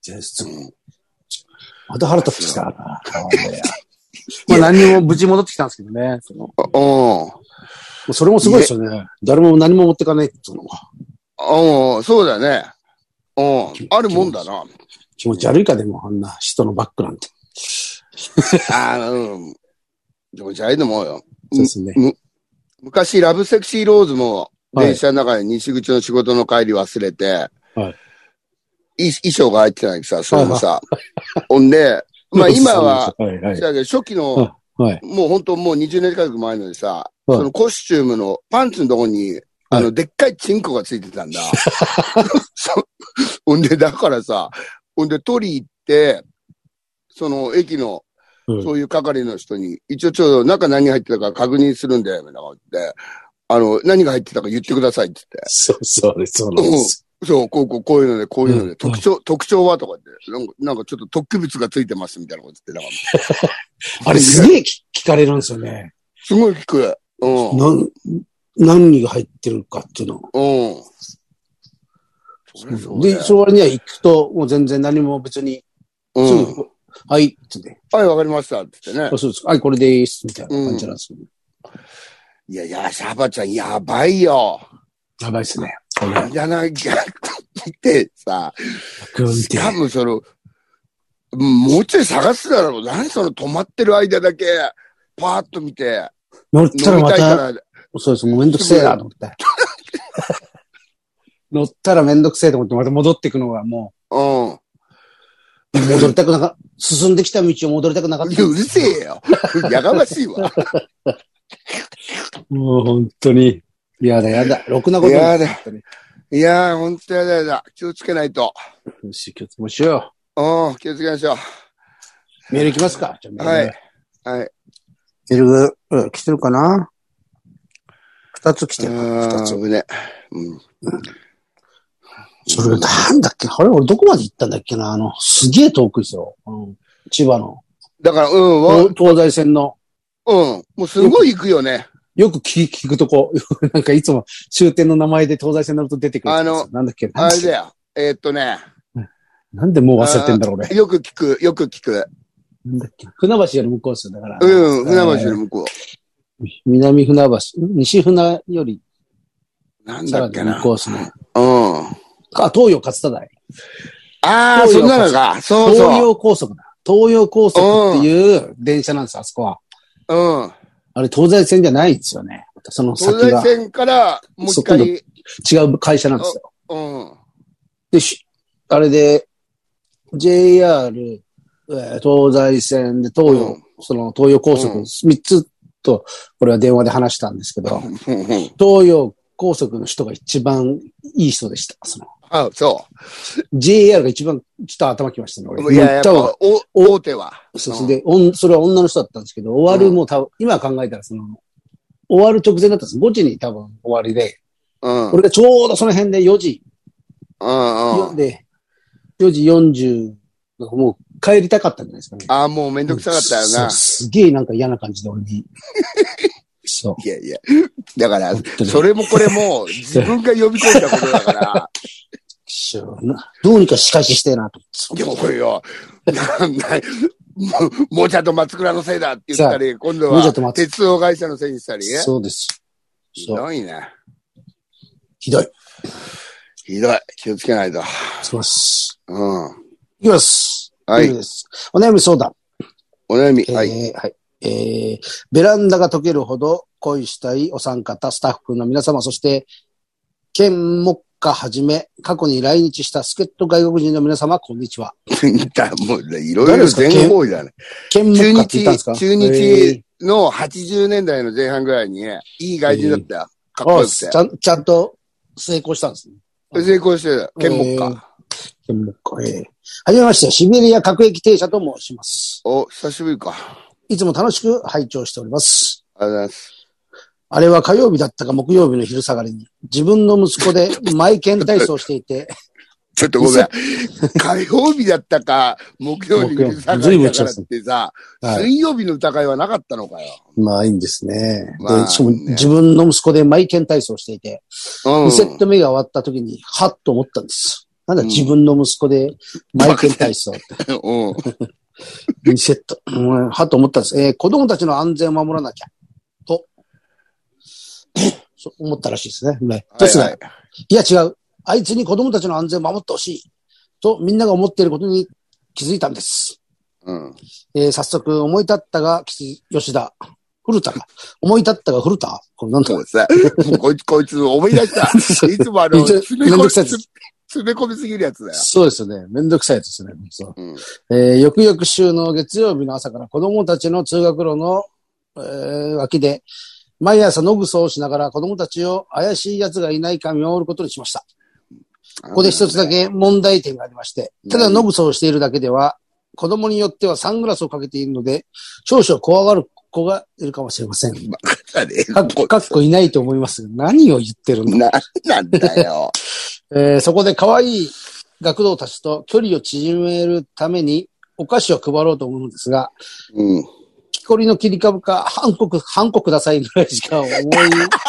[SPEAKER 1] じゃあ、
[SPEAKER 2] え
[SPEAKER 1] 質問また腹立ってきたな。まあ何も無事戻ってきたんですけどね。そのも
[SPEAKER 2] う
[SPEAKER 1] うそれもすごいですよね。誰も何も持ってかないっていうのが
[SPEAKER 2] ん。うん。そうだね。うん。あるもんだな。
[SPEAKER 1] 気持ち悪いかでも、あんな人のバッグなんて。
[SPEAKER 2] ああ、うん。気持ち悪いと思うよ。
[SPEAKER 1] そうですね。
[SPEAKER 2] 昔、ラブセクシーローズも、
[SPEAKER 1] はい
[SPEAKER 2] 電車の中で西口の仕事の帰り忘れて、、
[SPEAKER 1] はい
[SPEAKER 2] 衣装が入ってないけどさ、それも
[SPEAKER 1] <laughs>
[SPEAKER 2] さ。ほんで、まあ今は、
[SPEAKER 1] いはい、
[SPEAKER 2] だけど初期の、
[SPEAKER 1] はい。
[SPEAKER 2] もう本当もう20年近く前のでさ、
[SPEAKER 1] はい
[SPEAKER 2] そのコスチュームのパンツのとこにあの、でっかいチンコがついてたんだ。 <laughs> そほんで、だからさ、ほんで取り行って、その駅の、
[SPEAKER 1] うん
[SPEAKER 2] そういう係の人に、一応ちょっと中何入ってたか確認するんだよ、みたいなこと言って、あの、何が入ってたか言ってくださいって言っ
[SPEAKER 1] <laughs> そうそう、そうなんです。
[SPEAKER 2] て、そう、こう、こう、こういうので、こういうの
[SPEAKER 1] う
[SPEAKER 2] で、
[SPEAKER 1] ん
[SPEAKER 2] 特徴、特徴はとかって、なんか、なんかちょっと特許物がついてますみたいなこと言って、だから。
[SPEAKER 1] あれすげえ聞聞かれるんですよね。
[SPEAKER 2] すごい聞く。うん。
[SPEAKER 1] なん、何が入ってるかっていうの。
[SPEAKER 2] うん。それそうだ
[SPEAKER 1] で、
[SPEAKER 2] よ
[SPEAKER 1] その割には行くと、もう全然何も別に、
[SPEAKER 2] う
[SPEAKER 1] す
[SPEAKER 2] ん。
[SPEAKER 1] ぐ、はい、ってね、
[SPEAKER 2] はい、わかりました。って言ってね
[SPEAKER 1] あ。そうですか、はい、これでーす、みたいな感じなんですけど、
[SPEAKER 2] いやいや、シャバちゃん、やばいよ。
[SPEAKER 1] やばいっすね。これ、
[SPEAKER 2] じゃなきゃ、ってさ、
[SPEAKER 1] 軍
[SPEAKER 2] し
[SPEAKER 1] 手。
[SPEAKER 2] かもその、もうちょい探すだろう。何その止まってる間だけ、パーッと見て、
[SPEAKER 1] 乗った
[SPEAKER 2] 飲
[SPEAKER 1] ら
[SPEAKER 2] み
[SPEAKER 1] ま
[SPEAKER 2] たい
[SPEAKER 1] た、
[SPEAKER 2] から、
[SPEAKER 1] そうです、もうめんどくせえなと思
[SPEAKER 2] <laughs>
[SPEAKER 1] って。乗ったらめんどくせえと思って、また戻っていくのがも
[SPEAKER 2] うん。
[SPEAKER 1] う、戻りたくなか、進んできた道を戻りたくなかっ
[SPEAKER 2] い
[SPEAKER 1] た。
[SPEAKER 2] やうるせえよ。やがましいわ。
[SPEAKER 1] もう本当に。やだやだ。ろくなこと
[SPEAKER 2] やだ
[SPEAKER 1] 本当に
[SPEAKER 2] いやー、ほんとやだやだ。気をつけないと。
[SPEAKER 1] よし、今日もしよ
[SPEAKER 2] うん、気をつけましょ
[SPEAKER 1] う。メールいきますか。じゃあメール
[SPEAKER 2] う。はい。はい。
[SPEAKER 1] メール、うん来てるかな二つ来てるかな
[SPEAKER 2] あ
[SPEAKER 1] 二つ
[SPEAKER 2] ー。危ね。うん。
[SPEAKER 1] それがなんだっけあれ俺どこまで行ったんだっけなあの、すげえ遠くですよ。うん、千葉の。
[SPEAKER 2] だから、うん、わうん。
[SPEAKER 1] 東東西線の。
[SPEAKER 2] もうすごい行くよね。
[SPEAKER 1] よく聞聞くとこ。 <laughs> なんかいつも終点の名前で東西線乗ると出てくるやつですよ。
[SPEAKER 2] あ
[SPEAKER 1] なんだっけなん
[SPEAKER 2] あ
[SPEAKER 1] だっ
[SPEAKER 2] れ
[SPEAKER 1] け
[SPEAKER 2] だよ。えーっとね、
[SPEAKER 1] なんでもう忘れてんだろう、俺。
[SPEAKER 2] よく聞く、よく聞く。
[SPEAKER 1] なんだっけ船橋より向こうですよ。だから。
[SPEAKER 2] うん、船
[SPEAKER 1] えー
[SPEAKER 2] 橋の向こ
[SPEAKER 1] 南船橋。ん西船より、
[SPEAKER 2] う。なんだっけな。
[SPEAKER 1] 向こうですね。
[SPEAKER 2] うん。
[SPEAKER 1] あ、東洋勝田台。
[SPEAKER 2] ああ、
[SPEAKER 1] 東
[SPEAKER 2] そ
[SPEAKER 1] 洋
[SPEAKER 2] んなのか。そう
[SPEAKER 1] 東
[SPEAKER 2] そう。
[SPEAKER 1] 洋高速だ。東洋高速っていう電車なんです、あそこは。
[SPEAKER 2] うん。
[SPEAKER 1] あれ、東西線じゃないんですよね。その先
[SPEAKER 2] 東
[SPEAKER 1] が
[SPEAKER 2] 西線から、もう一回、
[SPEAKER 1] そこ
[SPEAKER 2] うん。
[SPEAKER 1] 違う会社なんですよ。
[SPEAKER 2] うん。
[SPEAKER 1] で、しあれで、JR、えー東西線で東洋、
[SPEAKER 2] うん
[SPEAKER 1] その東洋高速、
[SPEAKER 2] うん
[SPEAKER 1] 3つと、これは電話で話したんですけど、
[SPEAKER 2] うん
[SPEAKER 1] 東洋高速の人が一番いい人でした。その
[SPEAKER 2] あそ
[SPEAKER 1] JR が一番ちょっと頭きましたね。
[SPEAKER 2] う。
[SPEAKER 1] 俺
[SPEAKER 2] いや、
[SPEAKER 1] 乗
[SPEAKER 2] や
[SPEAKER 1] っ
[SPEAKER 2] ったぱ
[SPEAKER 1] 方が、
[SPEAKER 2] お大手は。
[SPEAKER 1] そうそうで、おんそれは女の人だったんですけど、終わるもう多分、今考えたらその、終わる直前だったんです。5時に多分終わりで、
[SPEAKER 2] うん。うん。
[SPEAKER 1] 俺がちょうどその辺で4時、
[SPEAKER 2] うん。
[SPEAKER 1] で、4時40、もう帰りたかったんじゃないですかね。
[SPEAKER 2] ああ、もうめんどくさかったよ
[SPEAKER 1] そう
[SPEAKER 2] な。
[SPEAKER 1] すげえなんか嫌な感じで俺
[SPEAKER 2] <laughs>
[SPEAKER 1] に。そう。
[SPEAKER 2] いやいや。だから、
[SPEAKER 1] 本当に
[SPEAKER 2] それもこれも、自分が呼び込んだことだから、
[SPEAKER 1] しょうなどうにか仕返ししてえなと
[SPEAKER 2] でもこれよ、 <laughs> なんだい、ももちゃと松倉のせいだって言ったり、今度
[SPEAKER 1] もうちょっ
[SPEAKER 2] は
[SPEAKER 1] と、松
[SPEAKER 2] 鉄道会社のせいにしたりね。
[SPEAKER 1] そうです。
[SPEAKER 2] ひ
[SPEAKER 1] そう。
[SPEAKER 2] どいね。
[SPEAKER 1] ひどい。
[SPEAKER 2] ひどい。気をつけないと。
[SPEAKER 1] そうです。
[SPEAKER 2] うん。
[SPEAKER 1] いきます。
[SPEAKER 2] は
[SPEAKER 1] 以上
[SPEAKER 2] い。
[SPEAKER 1] です。お悩み相談。
[SPEAKER 2] お悩み。
[SPEAKER 1] えー
[SPEAKER 2] は。
[SPEAKER 1] はい
[SPEAKER 2] <laughs>
[SPEAKER 1] い。えー、ベランダが溶けるほど恋したいお三方、スタッフの皆様、そして、県目下はじめ、過去に来日した助っ人外国人の皆様、こんにちは。
[SPEAKER 2] だもうね、いろいろ全方位だね。
[SPEAKER 1] 県目
[SPEAKER 2] 中
[SPEAKER 1] 下って言
[SPEAKER 2] 日
[SPEAKER 1] ったんですか、
[SPEAKER 2] 中
[SPEAKER 1] えー
[SPEAKER 2] 日の80年代の前半ぐらいに、いい外人だったよ。かっこ
[SPEAKER 1] あ
[SPEAKER 2] よく
[SPEAKER 1] ちゃん、ちゃんと成功したんですね。
[SPEAKER 2] て。成功してた。剣目
[SPEAKER 1] えー
[SPEAKER 2] か。
[SPEAKER 1] 県目下。えーはじめまして、シベリア各駅停車と申します。
[SPEAKER 2] お、久しぶりか。
[SPEAKER 1] いつも楽しく拝聴しております。
[SPEAKER 2] ありがとうございます。
[SPEAKER 1] あれは火曜日だったか木曜日の昼下がりに、自分の息子で毎県体操をしてい
[SPEAKER 2] <laughs>
[SPEAKER 1] て、
[SPEAKER 2] ちょっとごめん。火曜日だったか、木曜日
[SPEAKER 1] 木曜
[SPEAKER 2] に
[SPEAKER 1] 日
[SPEAKER 2] 下が
[SPEAKER 1] ずい
[SPEAKER 2] り
[SPEAKER 1] ぶん
[SPEAKER 2] だ
[SPEAKER 1] 落ち
[SPEAKER 2] か
[SPEAKER 1] ま
[SPEAKER 2] らっ
[SPEAKER 1] すね
[SPEAKER 2] てさ、
[SPEAKER 1] はい、
[SPEAKER 2] 水曜日の歌会はなかったのかよ。
[SPEAKER 1] まあいいんですね。
[SPEAKER 2] まあ
[SPEAKER 1] でしかも
[SPEAKER 2] ね
[SPEAKER 1] 自分の息子で毎県体操をしていて、
[SPEAKER 2] う
[SPEAKER 1] 2セット目が終わった時に、はっと思ったんです。なんだ
[SPEAKER 2] うん
[SPEAKER 1] 自分の息子で毎県体
[SPEAKER 2] <laughs>
[SPEAKER 1] 操って、
[SPEAKER 2] うん。
[SPEAKER 1] 2セット。うんはっと思ったんです。えー子供たちの安全を守らなきゃ、と、そう思ったらしいですね。ねですが、
[SPEAKER 2] はいい
[SPEAKER 1] や違う。あいつに子供たちの安全を守ってほしい、とみんなが思っていることに気づいたんです。
[SPEAKER 2] うん。
[SPEAKER 1] えー早速、思い立ったが、吉吉田。古田か。思い立ったが古田これなんと
[SPEAKER 2] そ
[SPEAKER 1] か
[SPEAKER 2] う。さ、もうこいつ、こいつ思い出した。いつもあの、
[SPEAKER 1] 一応
[SPEAKER 2] 詰め
[SPEAKER 1] めん
[SPEAKER 2] 込
[SPEAKER 1] ど
[SPEAKER 2] み
[SPEAKER 1] くさい
[SPEAKER 2] 詰
[SPEAKER 1] です
[SPEAKER 2] め込みすぎるやつだよ。
[SPEAKER 1] そうですよね。めんどくさいやつですね。そう
[SPEAKER 2] うん。
[SPEAKER 1] えー、翌々週の月曜日の朝から子供たちの通学路の、えー脇で、毎朝野草をしながら子供たちを怪しい奴がいないか見守ることにしました。ここで一つだけ問題点がありまして、ただ野草をしているだけでは、子供によってはサングラスをかけているので、少々怖がる子がいるかもしれません。
[SPEAKER 2] あれ。
[SPEAKER 1] かっこ、かっこいないと思いますが。何を言ってるんだ
[SPEAKER 2] なんなんだよ。
[SPEAKER 1] えーそこで可愛い学童たちと距離を縮めるためにお菓子を配ろうと思うんですが、
[SPEAKER 2] うん。
[SPEAKER 1] 木こりの切り株か、韓国、韓国くださいぐらいしか思い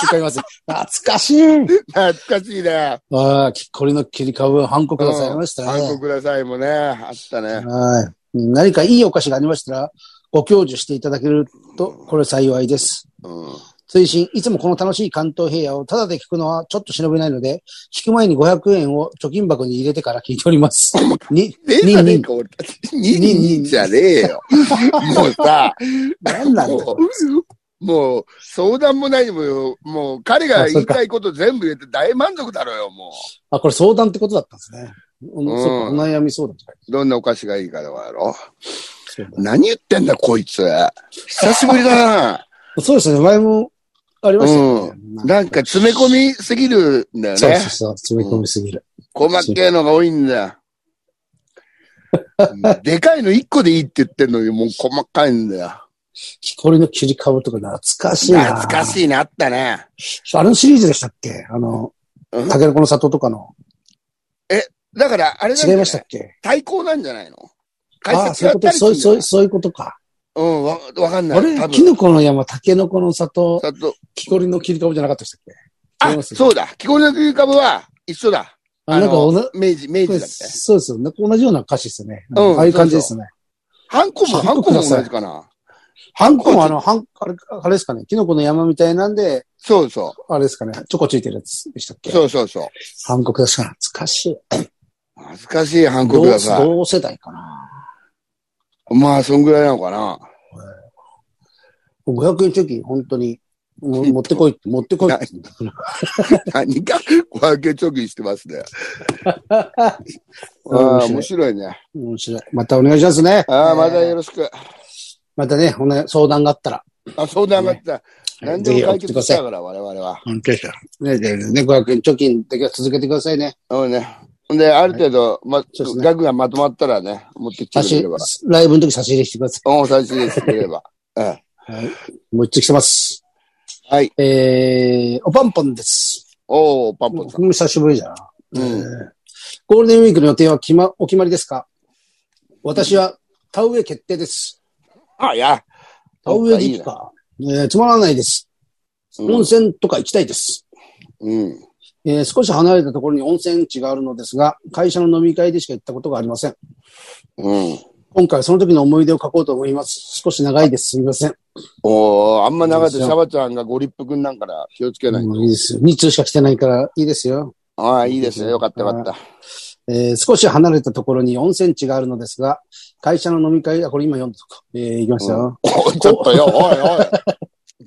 [SPEAKER 1] つかいません。 <laughs> 懐かしい。
[SPEAKER 2] 懐かしいね。
[SPEAKER 1] ああ、木こりの切り株、韓国くださいました
[SPEAKER 2] 韓国
[SPEAKER 1] ね。
[SPEAKER 2] くださいもね、あったね。
[SPEAKER 1] はい。何かいいお菓子がありましたら、ご教授していただけると、これ幸いです。
[SPEAKER 2] うん。
[SPEAKER 1] 推進、いつもこの楽しい関東平野をただで聞くのはちょっと忍べないので、聞く前に500円を貯金箱に入れてから聞いており <laughs> ます。に、
[SPEAKER 2] え、
[SPEAKER 1] に
[SPEAKER 2] じゃねえ
[SPEAKER 1] に、
[SPEAKER 2] か、俺たち。に、に、にじゃねえよ。もうさ、
[SPEAKER 1] なんなんだ
[SPEAKER 2] もう、もう相談も何も、もう彼が言いたいこと全部言って大満足だろうよ、も
[SPEAKER 1] あ、これ相談ってことだったんですね。うん
[SPEAKER 2] うん
[SPEAKER 1] そうか、お悩み相談って書いて
[SPEAKER 2] う。どんなお菓子がいいかだろ
[SPEAKER 1] あるそう
[SPEAKER 2] 何言ってんだ、こいつ。久しぶりだ
[SPEAKER 1] <laughs>
[SPEAKER 2] な。
[SPEAKER 1] だそうですね、前もありましたよね。なんか
[SPEAKER 2] なんか詰め込みすぎるんだよ
[SPEAKER 1] そう
[SPEAKER 2] ね。
[SPEAKER 1] そうそう、詰め込みすぎる。
[SPEAKER 2] 細けえのが多いんだよ。
[SPEAKER 1] <laughs>
[SPEAKER 2] でかいの1個でいいって言ってんのに、もう細かいんだよ。
[SPEAKER 1] 木こりの切り株とか懐かしいな。
[SPEAKER 2] 懐かしいな、あったね。
[SPEAKER 1] い。あのシリーズでしたっけあの、
[SPEAKER 2] うん
[SPEAKER 1] タケノコの里とかの。
[SPEAKER 2] だから、あれなんじ
[SPEAKER 1] 違
[SPEAKER 2] ゃ
[SPEAKER 1] い
[SPEAKER 2] な
[SPEAKER 1] ま
[SPEAKER 2] い
[SPEAKER 1] したっけ
[SPEAKER 2] 対抗なんじゃないの解
[SPEAKER 1] ああ、
[SPEAKER 2] 説
[SPEAKER 1] そうい
[SPEAKER 2] や
[SPEAKER 1] う
[SPEAKER 2] っ
[SPEAKER 1] こ
[SPEAKER 2] た
[SPEAKER 1] と、
[SPEAKER 2] りす
[SPEAKER 1] そういう、そう、
[SPEAKER 2] るんじゃないいう
[SPEAKER 1] そういうことか。
[SPEAKER 2] うん、わ、わかんない。
[SPEAKER 1] あれ
[SPEAKER 2] 多
[SPEAKER 1] キ
[SPEAKER 2] 分
[SPEAKER 1] ノコの山、タケノコの里、
[SPEAKER 2] さと
[SPEAKER 1] 木こりの切り株じゃなかったでしたっけ違い
[SPEAKER 2] あ、
[SPEAKER 1] ます
[SPEAKER 2] そうだ。気候の食い株は一緒だ。
[SPEAKER 1] あ、なんか
[SPEAKER 2] の
[SPEAKER 1] 同じ、
[SPEAKER 2] 明治、明治だっけ
[SPEAKER 1] そうですよね。同じような歌詞ですよね。
[SPEAKER 2] うん
[SPEAKER 1] ああいう感じですね。
[SPEAKER 2] ハンコも、ハ
[SPEAKER 1] ハン
[SPEAKER 2] ンコ
[SPEAKER 1] コ
[SPEAKER 2] も
[SPEAKER 1] ください
[SPEAKER 2] 同じかな。
[SPEAKER 1] ハンコもあの、ハン、あれ、あれですかね。キノコの山みたいなんで、
[SPEAKER 2] そうそ
[SPEAKER 1] あれですかね。チョコついてるやつでしたっ
[SPEAKER 2] う。
[SPEAKER 1] け
[SPEAKER 2] そうそうそう。
[SPEAKER 1] ハンコください。懐かしい。
[SPEAKER 2] 恥ずかしいハンコ
[SPEAKER 1] 同
[SPEAKER 2] ください。
[SPEAKER 1] 同世代かな。
[SPEAKER 2] まあ、そんぐらいなのかな。
[SPEAKER 1] 500円貯金、本当に。
[SPEAKER 2] <laughs>
[SPEAKER 1] も持ってこいって、持ってこいって。
[SPEAKER 2] 何か、小分け貯金してま
[SPEAKER 1] <laughs>
[SPEAKER 2] すね。ああ、面白いね。
[SPEAKER 1] 面白い。またお願いしますね。
[SPEAKER 2] ああ、また
[SPEAKER 1] え
[SPEAKER 2] よ
[SPEAKER 1] ー
[SPEAKER 2] ろしく。
[SPEAKER 1] またね、おね相談があったら。
[SPEAKER 2] あ、相談があった。何で
[SPEAKER 1] ぜひ送
[SPEAKER 2] も解
[SPEAKER 1] ってく
[SPEAKER 2] 決
[SPEAKER 1] だ
[SPEAKER 2] し
[SPEAKER 1] さい
[SPEAKER 2] た。から、我々は。
[SPEAKER 1] 本当ですよ。ね、でね、500円貯金だけは続けてくださいね。
[SPEAKER 2] うんね。で、ある程度、ま、
[SPEAKER 1] そうですね
[SPEAKER 2] 額がまとまったらね、持ってきて
[SPEAKER 1] 差
[SPEAKER 2] くれ
[SPEAKER 1] し
[SPEAKER 2] れば。、
[SPEAKER 1] ライブの時差し入れしてくださ
[SPEAKER 2] うん、差し入れしてくれ
[SPEAKER 1] <laughs>
[SPEAKER 2] れば。うん。
[SPEAKER 1] い。はい。もう一通来てます。
[SPEAKER 2] はい。
[SPEAKER 1] えー、おぱんぽんです。
[SPEAKER 2] おー、パンポンさ
[SPEAKER 1] 僕も久しぶりじゃな。
[SPEAKER 2] うん
[SPEAKER 1] えーゴールデンウィークの予定は決ま、お決まりですか私は、田植え決定です。
[SPEAKER 2] ん。あ、いや。
[SPEAKER 1] 田植え時期か。えーつまらないです。
[SPEAKER 2] うん
[SPEAKER 1] 温泉とか行きたいです。
[SPEAKER 2] うん。
[SPEAKER 1] えー少し離れたところに温泉地があるのですが、会社の飲み会でしか行ったことがありません。
[SPEAKER 2] うん。
[SPEAKER 1] 今回はその時の思い出を書こうと思います。少し長いです。すみません。
[SPEAKER 2] おー、あんま長いとシャバちゃんがご立腹になんから気をつけない。
[SPEAKER 1] もういいですよ。2通しか来てないからいいですよ。
[SPEAKER 2] ああ、いいですね。よかったよかった。
[SPEAKER 1] えー少し離れたところに温泉地があるのですが、会社の飲み会、あ、これ今読んだとか。えー行きましたよ。
[SPEAKER 2] おい <laughs> ちょっとよ、おいおい。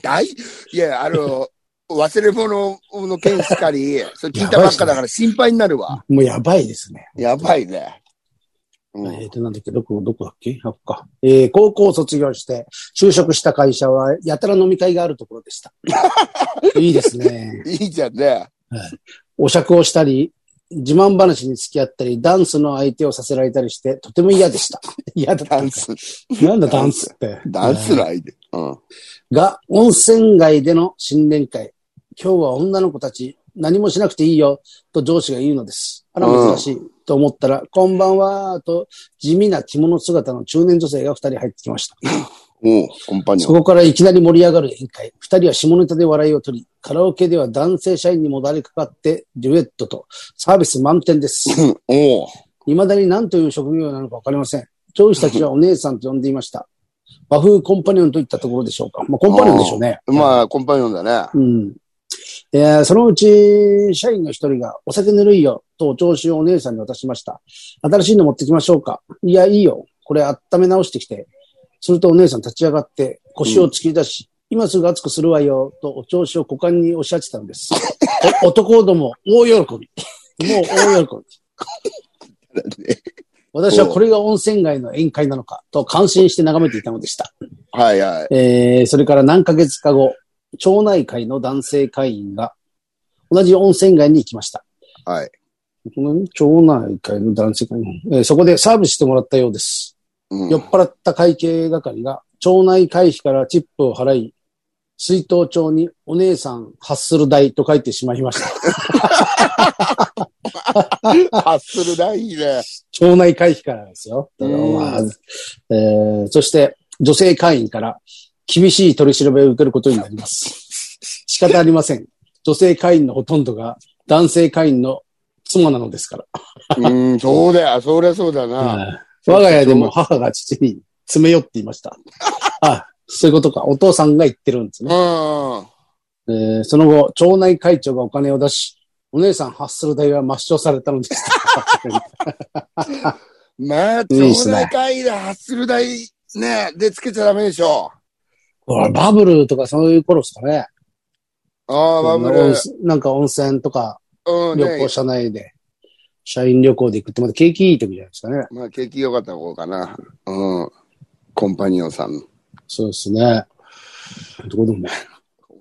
[SPEAKER 2] 大いや、あの、忘れ物の件しかり、それ聞いたばっかだから心配になるわ。
[SPEAKER 1] もうやばいですね。
[SPEAKER 2] やばいね。うん
[SPEAKER 1] えっ、と、なんだっけ、どこ、どこだっけあここか。えー高校を卒業して、就職した会社は、やたら飲み会があるところで
[SPEAKER 2] <laughs>
[SPEAKER 1] した。いいですね。
[SPEAKER 2] いいじゃんね。
[SPEAKER 1] お酌をしたり、自慢話に付き合ったり、ダンスの相手をさせられたりして、とても嫌で
[SPEAKER 2] <laughs>
[SPEAKER 1] した。嫌だ、
[SPEAKER 2] ダン。ス、
[SPEAKER 1] なんだ、ダンスって。
[SPEAKER 2] ダンスの相手。うん。
[SPEAKER 1] が、温泉街での新年会。今日は女の子たち、何もしなくていいよ、と上司が言うのです。あら、珍しい、と思ったら、こんばんは、と、地味な着物姿の中年女性が二人入ってきました。
[SPEAKER 2] おうコンパニオ
[SPEAKER 1] そ
[SPEAKER 2] ン。
[SPEAKER 1] こからいきなり盛り上がる宴会。二人は下ネタで笑いを取り、カラオケでは男性社員にもだれかかって、デュエットと、サービス満点です。
[SPEAKER 2] うんおう
[SPEAKER 1] 未だに何という職業なのかわかりません。上司たちはお姉さんと呼んでいました。和風コンパニオンといったところでしょうか。まあ、コンパニオンでしょうね。
[SPEAKER 2] まあ、コンパニオンだね。
[SPEAKER 1] うん。えーそのうち、社員の一人が、お酒ぬるいよ、とお調子をお姉さんに渡しました。新しいの持ってきましょうか。いや、いいよ。これ温め直してきて。するとお姉さん立ち上がって、腰を突き出し、今すぐ熱くするわよ、とお調子を股間に押し当てたんです。お男ども、大喜び。もう大喜び。私はこれが温泉街の宴会なのか、と感心して眺めていたのでした。
[SPEAKER 2] はいはい。
[SPEAKER 1] えーそれから何ヶ月か後、町内会の男性会員が、同じ温泉街に行きました。
[SPEAKER 2] はい。
[SPEAKER 1] この町内会の男性会員、えーそこでサービスしてもらったようです。
[SPEAKER 2] うん
[SPEAKER 1] 酔っ払った会計係が、町内会費からチップを払い、水筒帳にお姉さん発する代と書いてしまいました。
[SPEAKER 2] ハッスルだ、いいね。
[SPEAKER 1] 町内会費からですよ。だから
[SPEAKER 2] うん
[SPEAKER 1] まあえーそして、女性会員から厳しい取り調べを受けることになります。
[SPEAKER 2] <laughs>
[SPEAKER 1] 仕方ありません。女性会員のほとんどが男性会員の妻なのですから。
[SPEAKER 2] うん、そうだよ。そりゃそうだな。
[SPEAKER 1] はい我が家でも母が父に詰め寄っていま
[SPEAKER 2] <laughs>
[SPEAKER 1] した。あ、そういうことか。お父さんが言ってるんですね
[SPEAKER 2] う。ん。
[SPEAKER 1] えーその後、町内会長がお金を出し、お姉さん発する代は抹消されたので
[SPEAKER 2] <laughs>
[SPEAKER 1] した。
[SPEAKER 2] まあ、
[SPEAKER 1] いっ
[SPEAKER 2] 町
[SPEAKER 1] すね
[SPEAKER 2] 内会だ、ハッスルだ、ね、でつけちゃダメでしょ。
[SPEAKER 1] これバブルとかそういう頃ですかね。
[SPEAKER 2] ああ、バブル。
[SPEAKER 1] 温泉なんか温泉とか
[SPEAKER 2] うん、
[SPEAKER 1] 旅行、
[SPEAKER 2] ね。
[SPEAKER 1] 社内で、社員旅行で行くってまた景気いい時じゃないですかね。
[SPEAKER 2] まあ、景気良かった方かな。うん。コンパニオンさん。
[SPEAKER 1] そうですね。どこでもね、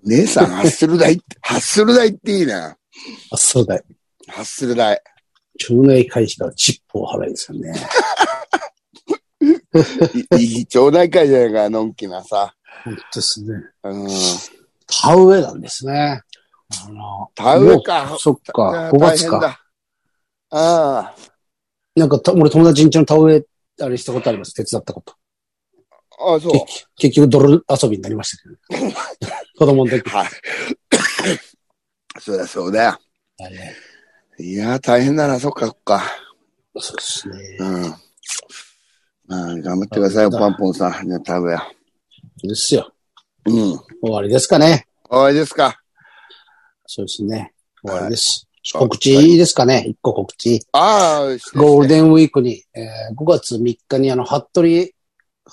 [SPEAKER 2] 姉さん、ハッスル代って、 <laughs> ハッスル代っていいな。
[SPEAKER 1] 発する代。
[SPEAKER 2] ハッスル代。
[SPEAKER 1] 町内会費からチップを払いですよね。
[SPEAKER 2] いいい町内会じゃないか、のんきなさ。
[SPEAKER 1] 本当ですね。
[SPEAKER 2] うん。
[SPEAKER 1] 田植えなんですね。あの、
[SPEAKER 2] 田植えか
[SPEAKER 1] もう。そっ
[SPEAKER 2] い
[SPEAKER 1] か、
[SPEAKER 2] や
[SPEAKER 1] 5月
[SPEAKER 2] 大変
[SPEAKER 1] か。
[SPEAKER 2] だあ
[SPEAKER 1] なんかた、俺友達んちの田植え、あれしたことあります。手伝ったこと。
[SPEAKER 2] あ、ああ、そう。
[SPEAKER 1] 結局、泥遊びになりましたけど、ね、
[SPEAKER 2] <laughs>
[SPEAKER 1] 子供の時。
[SPEAKER 2] はい。そりゃそうだよ。いや、大変だな、そっか、そっか。
[SPEAKER 1] そうですね。
[SPEAKER 2] うん。まあ、頑張ってくださいよ、
[SPEAKER 1] だ
[SPEAKER 2] パンポンさん。じゃあ、食べよ
[SPEAKER 1] ですよ。
[SPEAKER 2] う。うん。
[SPEAKER 1] 終わりですかね。
[SPEAKER 2] 終わりですか
[SPEAKER 1] そうですね。終わりです。
[SPEAKER 2] はい
[SPEAKER 1] 告知いいですかね。一個告知。
[SPEAKER 2] ああ、して
[SPEAKER 1] ゴールデンウィークに、えー5月3日にあの、服部、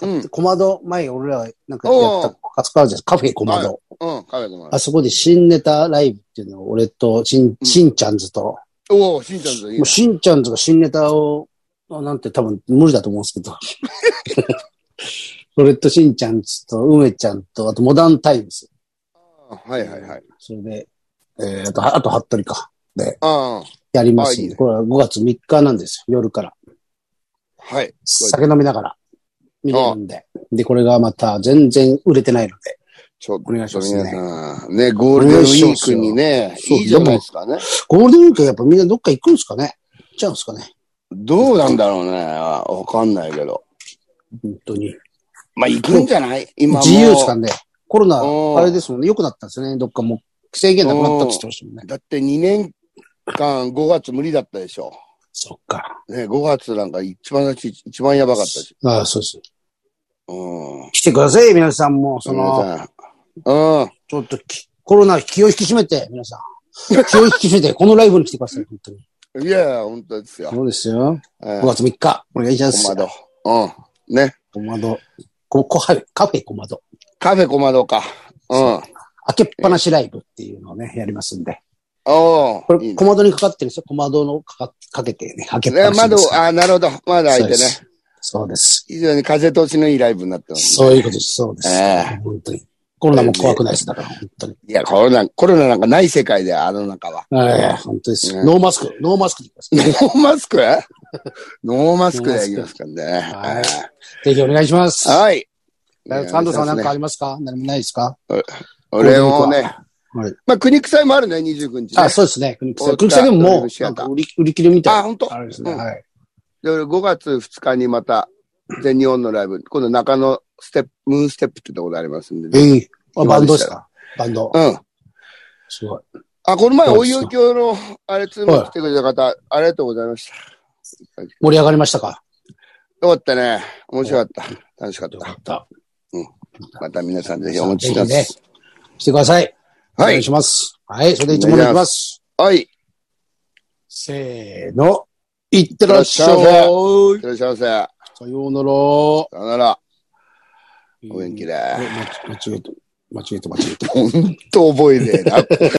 [SPEAKER 2] うん
[SPEAKER 1] 小窓前、俺らなんかやった、カツカじゃんカフェ小窓、
[SPEAKER 2] うん、カフェでもあ
[SPEAKER 1] あ
[SPEAKER 2] る。
[SPEAKER 1] そこで新ネタライブっていうのを、俺としん、
[SPEAKER 2] ん
[SPEAKER 1] しんちゃんずと、
[SPEAKER 2] おお、しんちゃんといい
[SPEAKER 1] もうしんちゃんとか新ネタを、あなんて多分無理だと思うんですけど。
[SPEAKER 2] <laughs>
[SPEAKER 1] それとしんちゃんと梅ちゃんと、あとモダンタイムス。
[SPEAKER 2] あーはいはいはい。
[SPEAKER 1] それで、えー、あと、はあと、服部か。
[SPEAKER 2] あ
[SPEAKER 1] やります
[SPEAKER 2] あいいね
[SPEAKER 1] これは5月3日なんですよ。夜から。
[SPEAKER 2] あ、はい。
[SPEAKER 1] 酒飲みながら見れるんで。で、これがまた全然売れてないので。
[SPEAKER 2] ちょっと
[SPEAKER 1] お願いしますね
[SPEAKER 2] 皆さん、ね、ゴールデンウィークにね、
[SPEAKER 1] そう
[SPEAKER 2] いいじゃないですかね。
[SPEAKER 1] ゴールデンウィークやっぱみんなどっか行くんですかね行っちゃうんですかね
[SPEAKER 2] どうなんだろうね。わかんないけど。
[SPEAKER 1] 本当に。
[SPEAKER 2] まあ、行くんじゃない今も。
[SPEAKER 1] 自由ですかねコロナ
[SPEAKER 2] う、ん
[SPEAKER 1] あれですもんね。良くなったんですよね。どっかもう制限なくなったって言ってましたもんね。
[SPEAKER 2] だって2年間5月無理だったでしょ。
[SPEAKER 1] そっか。
[SPEAKER 2] ね、5月なんか一番だし、一番やばかったし。
[SPEAKER 1] ああ、そうです。
[SPEAKER 2] うん。
[SPEAKER 1] 来てください、皆さんも。その、
[SPEAKER 2] 皆さん。うん。
[SPEAKER 1] ちょっときコロナ気を引き締めて、皆さん。 <laughs> 気を引き締めて、このライブに来てください、本当に。
[SPEAKER 2] いやいや、本当ですよ。
[SPEAKER 1] そうですよ。
[SPEAKER 2] え
[SPEAKER 1] 5月3日、お願いしま
[SPEAKER 2] 小
[SPEAKER 1] す。
[SPEAKER 2] 窓。うん。ね。
[SPEAKER 1] 小窓。ここはいカフェ小窓。
[SPEAKER 2] カフェ小窓か。うん。
[SPEAKER 1] 開けっぱなしライブっていうのをね、やりますんで。
[SPEAKER 2] お
[SPEAKER 1] こ
[SPEAKER 2] ーい
[SPEAKER 1] れ、
[SPEAKER 2] い
[SPEAKER 1] 小窓にかかってるんですよ。小窓のかかかけてね、開けっ
[SPEAKER 2] ね、
[SPEAKER 1] ぱなし
[SPEAKER 2] 窓
[SPEAKER 1] で、す。
[SPEAKER 2] あーなるほど。窓開いてね。
[SPEAKER 1] そうです。
[SPEAKER 2] 非常に風通しのいいライブになってます。
[SPEAKER 1] そうです。そういうことです。そうです。
[SPEAKER 2] え
[SPEAKER 1] 本当に。コロナも怖くないです。だから、本当に。
[SPEAKER 2] いや、コロナ、コロナなんかない世界で、あの
[SPEAKER 1] <laughs>
[SPEAKER 2] 中は。
[SPEAKER 1] ええ、本当です。
[SPEAKER 2] ね
[SPEAKER 1] ノーマスク、ノーマスクでいきます。
[SPEAKER 2] ノ <laughs> ーマスクノーマスクでいきますからね。
[SPEAKER 1] はいぜひお願いします。
[SPEAKER 2] はい。
[SPEAKER 1] サンドさん何かあ
[SPEAKER 2] り
[SPEAKER 1] りますか何もないですか
[SPEAKER 2] 俺もね。
[SPEAKER 1] はい
[SPEAKER 2] まあ、国臭いもあるね、29日、ね。
[SPEAKER 1] あ、そうですね。国
[SPEAKER 2] 大
[SPEAKER 1] 際
[SPEAKER 2] 塚
[SPEAKER 1] 国際でも
[SPEAKER 2] ドリ
[SPEAKER 1] も
[SPEAKER 2] ブ
[SPEAKER 1] う
[SPEAKER 2] ル、シ
[SPEAKER 1] な
[SPEAKER 2] ア
[SPEAKER 1] ん
[SPEAKER 2] ター
[SPEAKER 1] か売り、売り切れみたい
[SPEAKER 2] あ、
[SPEAKER 1] な。
[SPEAKER 2] 本当。
[SPEAKER 1] あれですね。
[SPEAKER 2] うん
[SPEAKER 1] はい。
[SPEAKER 2] で、俺5月2日にまた、全日本のライブ、今度中野ステップ、ムーンステップってとこでありますんで、
[SPEAKER 1] ええ。あ
[SPEAKER 2] 今
[SPEAKER 1] バン
[SPEAKER 2] で
[SPEAKER 1] ドで
[SPEAKER 2] したら
[SPEAKER 1] すかバンド
[SPEAKER 2] う。ん。
[SPEAKER 1] すごい。
[SPEAKER 2] あ、この前、
[SPEAKER 1] そう
[SPEAKER 2] お
[SPEAKER 1] ですよ
[SPEAKER 2] 湯教の、あれ、ツーム来てくれた方、ありがとうございました。
[SPEAKER 1] 盛り上がりましたか
[SPEAKER 2] よかったね。面白かった。楽しかっ
[SPEAKER 1] よか
[SPEAKER 2] た。
[SPEAKER 1] った。
[SPEAKER 2] また皆さんぜひお持ちくださ
[SPEAKER 1] ぜ
[SPEAKER 2] い
[SPEAKER 1] ひ。ね来てください。お
[SPEAKER 2] は
[SPEAKER 1] 願い
[SPEAKER 2] い。
[SPEAKER 1] します。はい。それでいつもお願いします。
[SPEAKER 2] はい。い
[SPEAKER 1] せーの。いってらっしゃい。
[SPEAKER 2] いってらっし
[SPEAKER 1] さ
[SPEAKER 2] ゃらっしゃいませ。さ
[SPEAKER 1] ようなら。
[SPEAKER 2] よなら。お元気で。
[SPEAKER 1] え間違えた。間違えた、間違えた。
[SPEAKER 2] ほんと覚えねえな。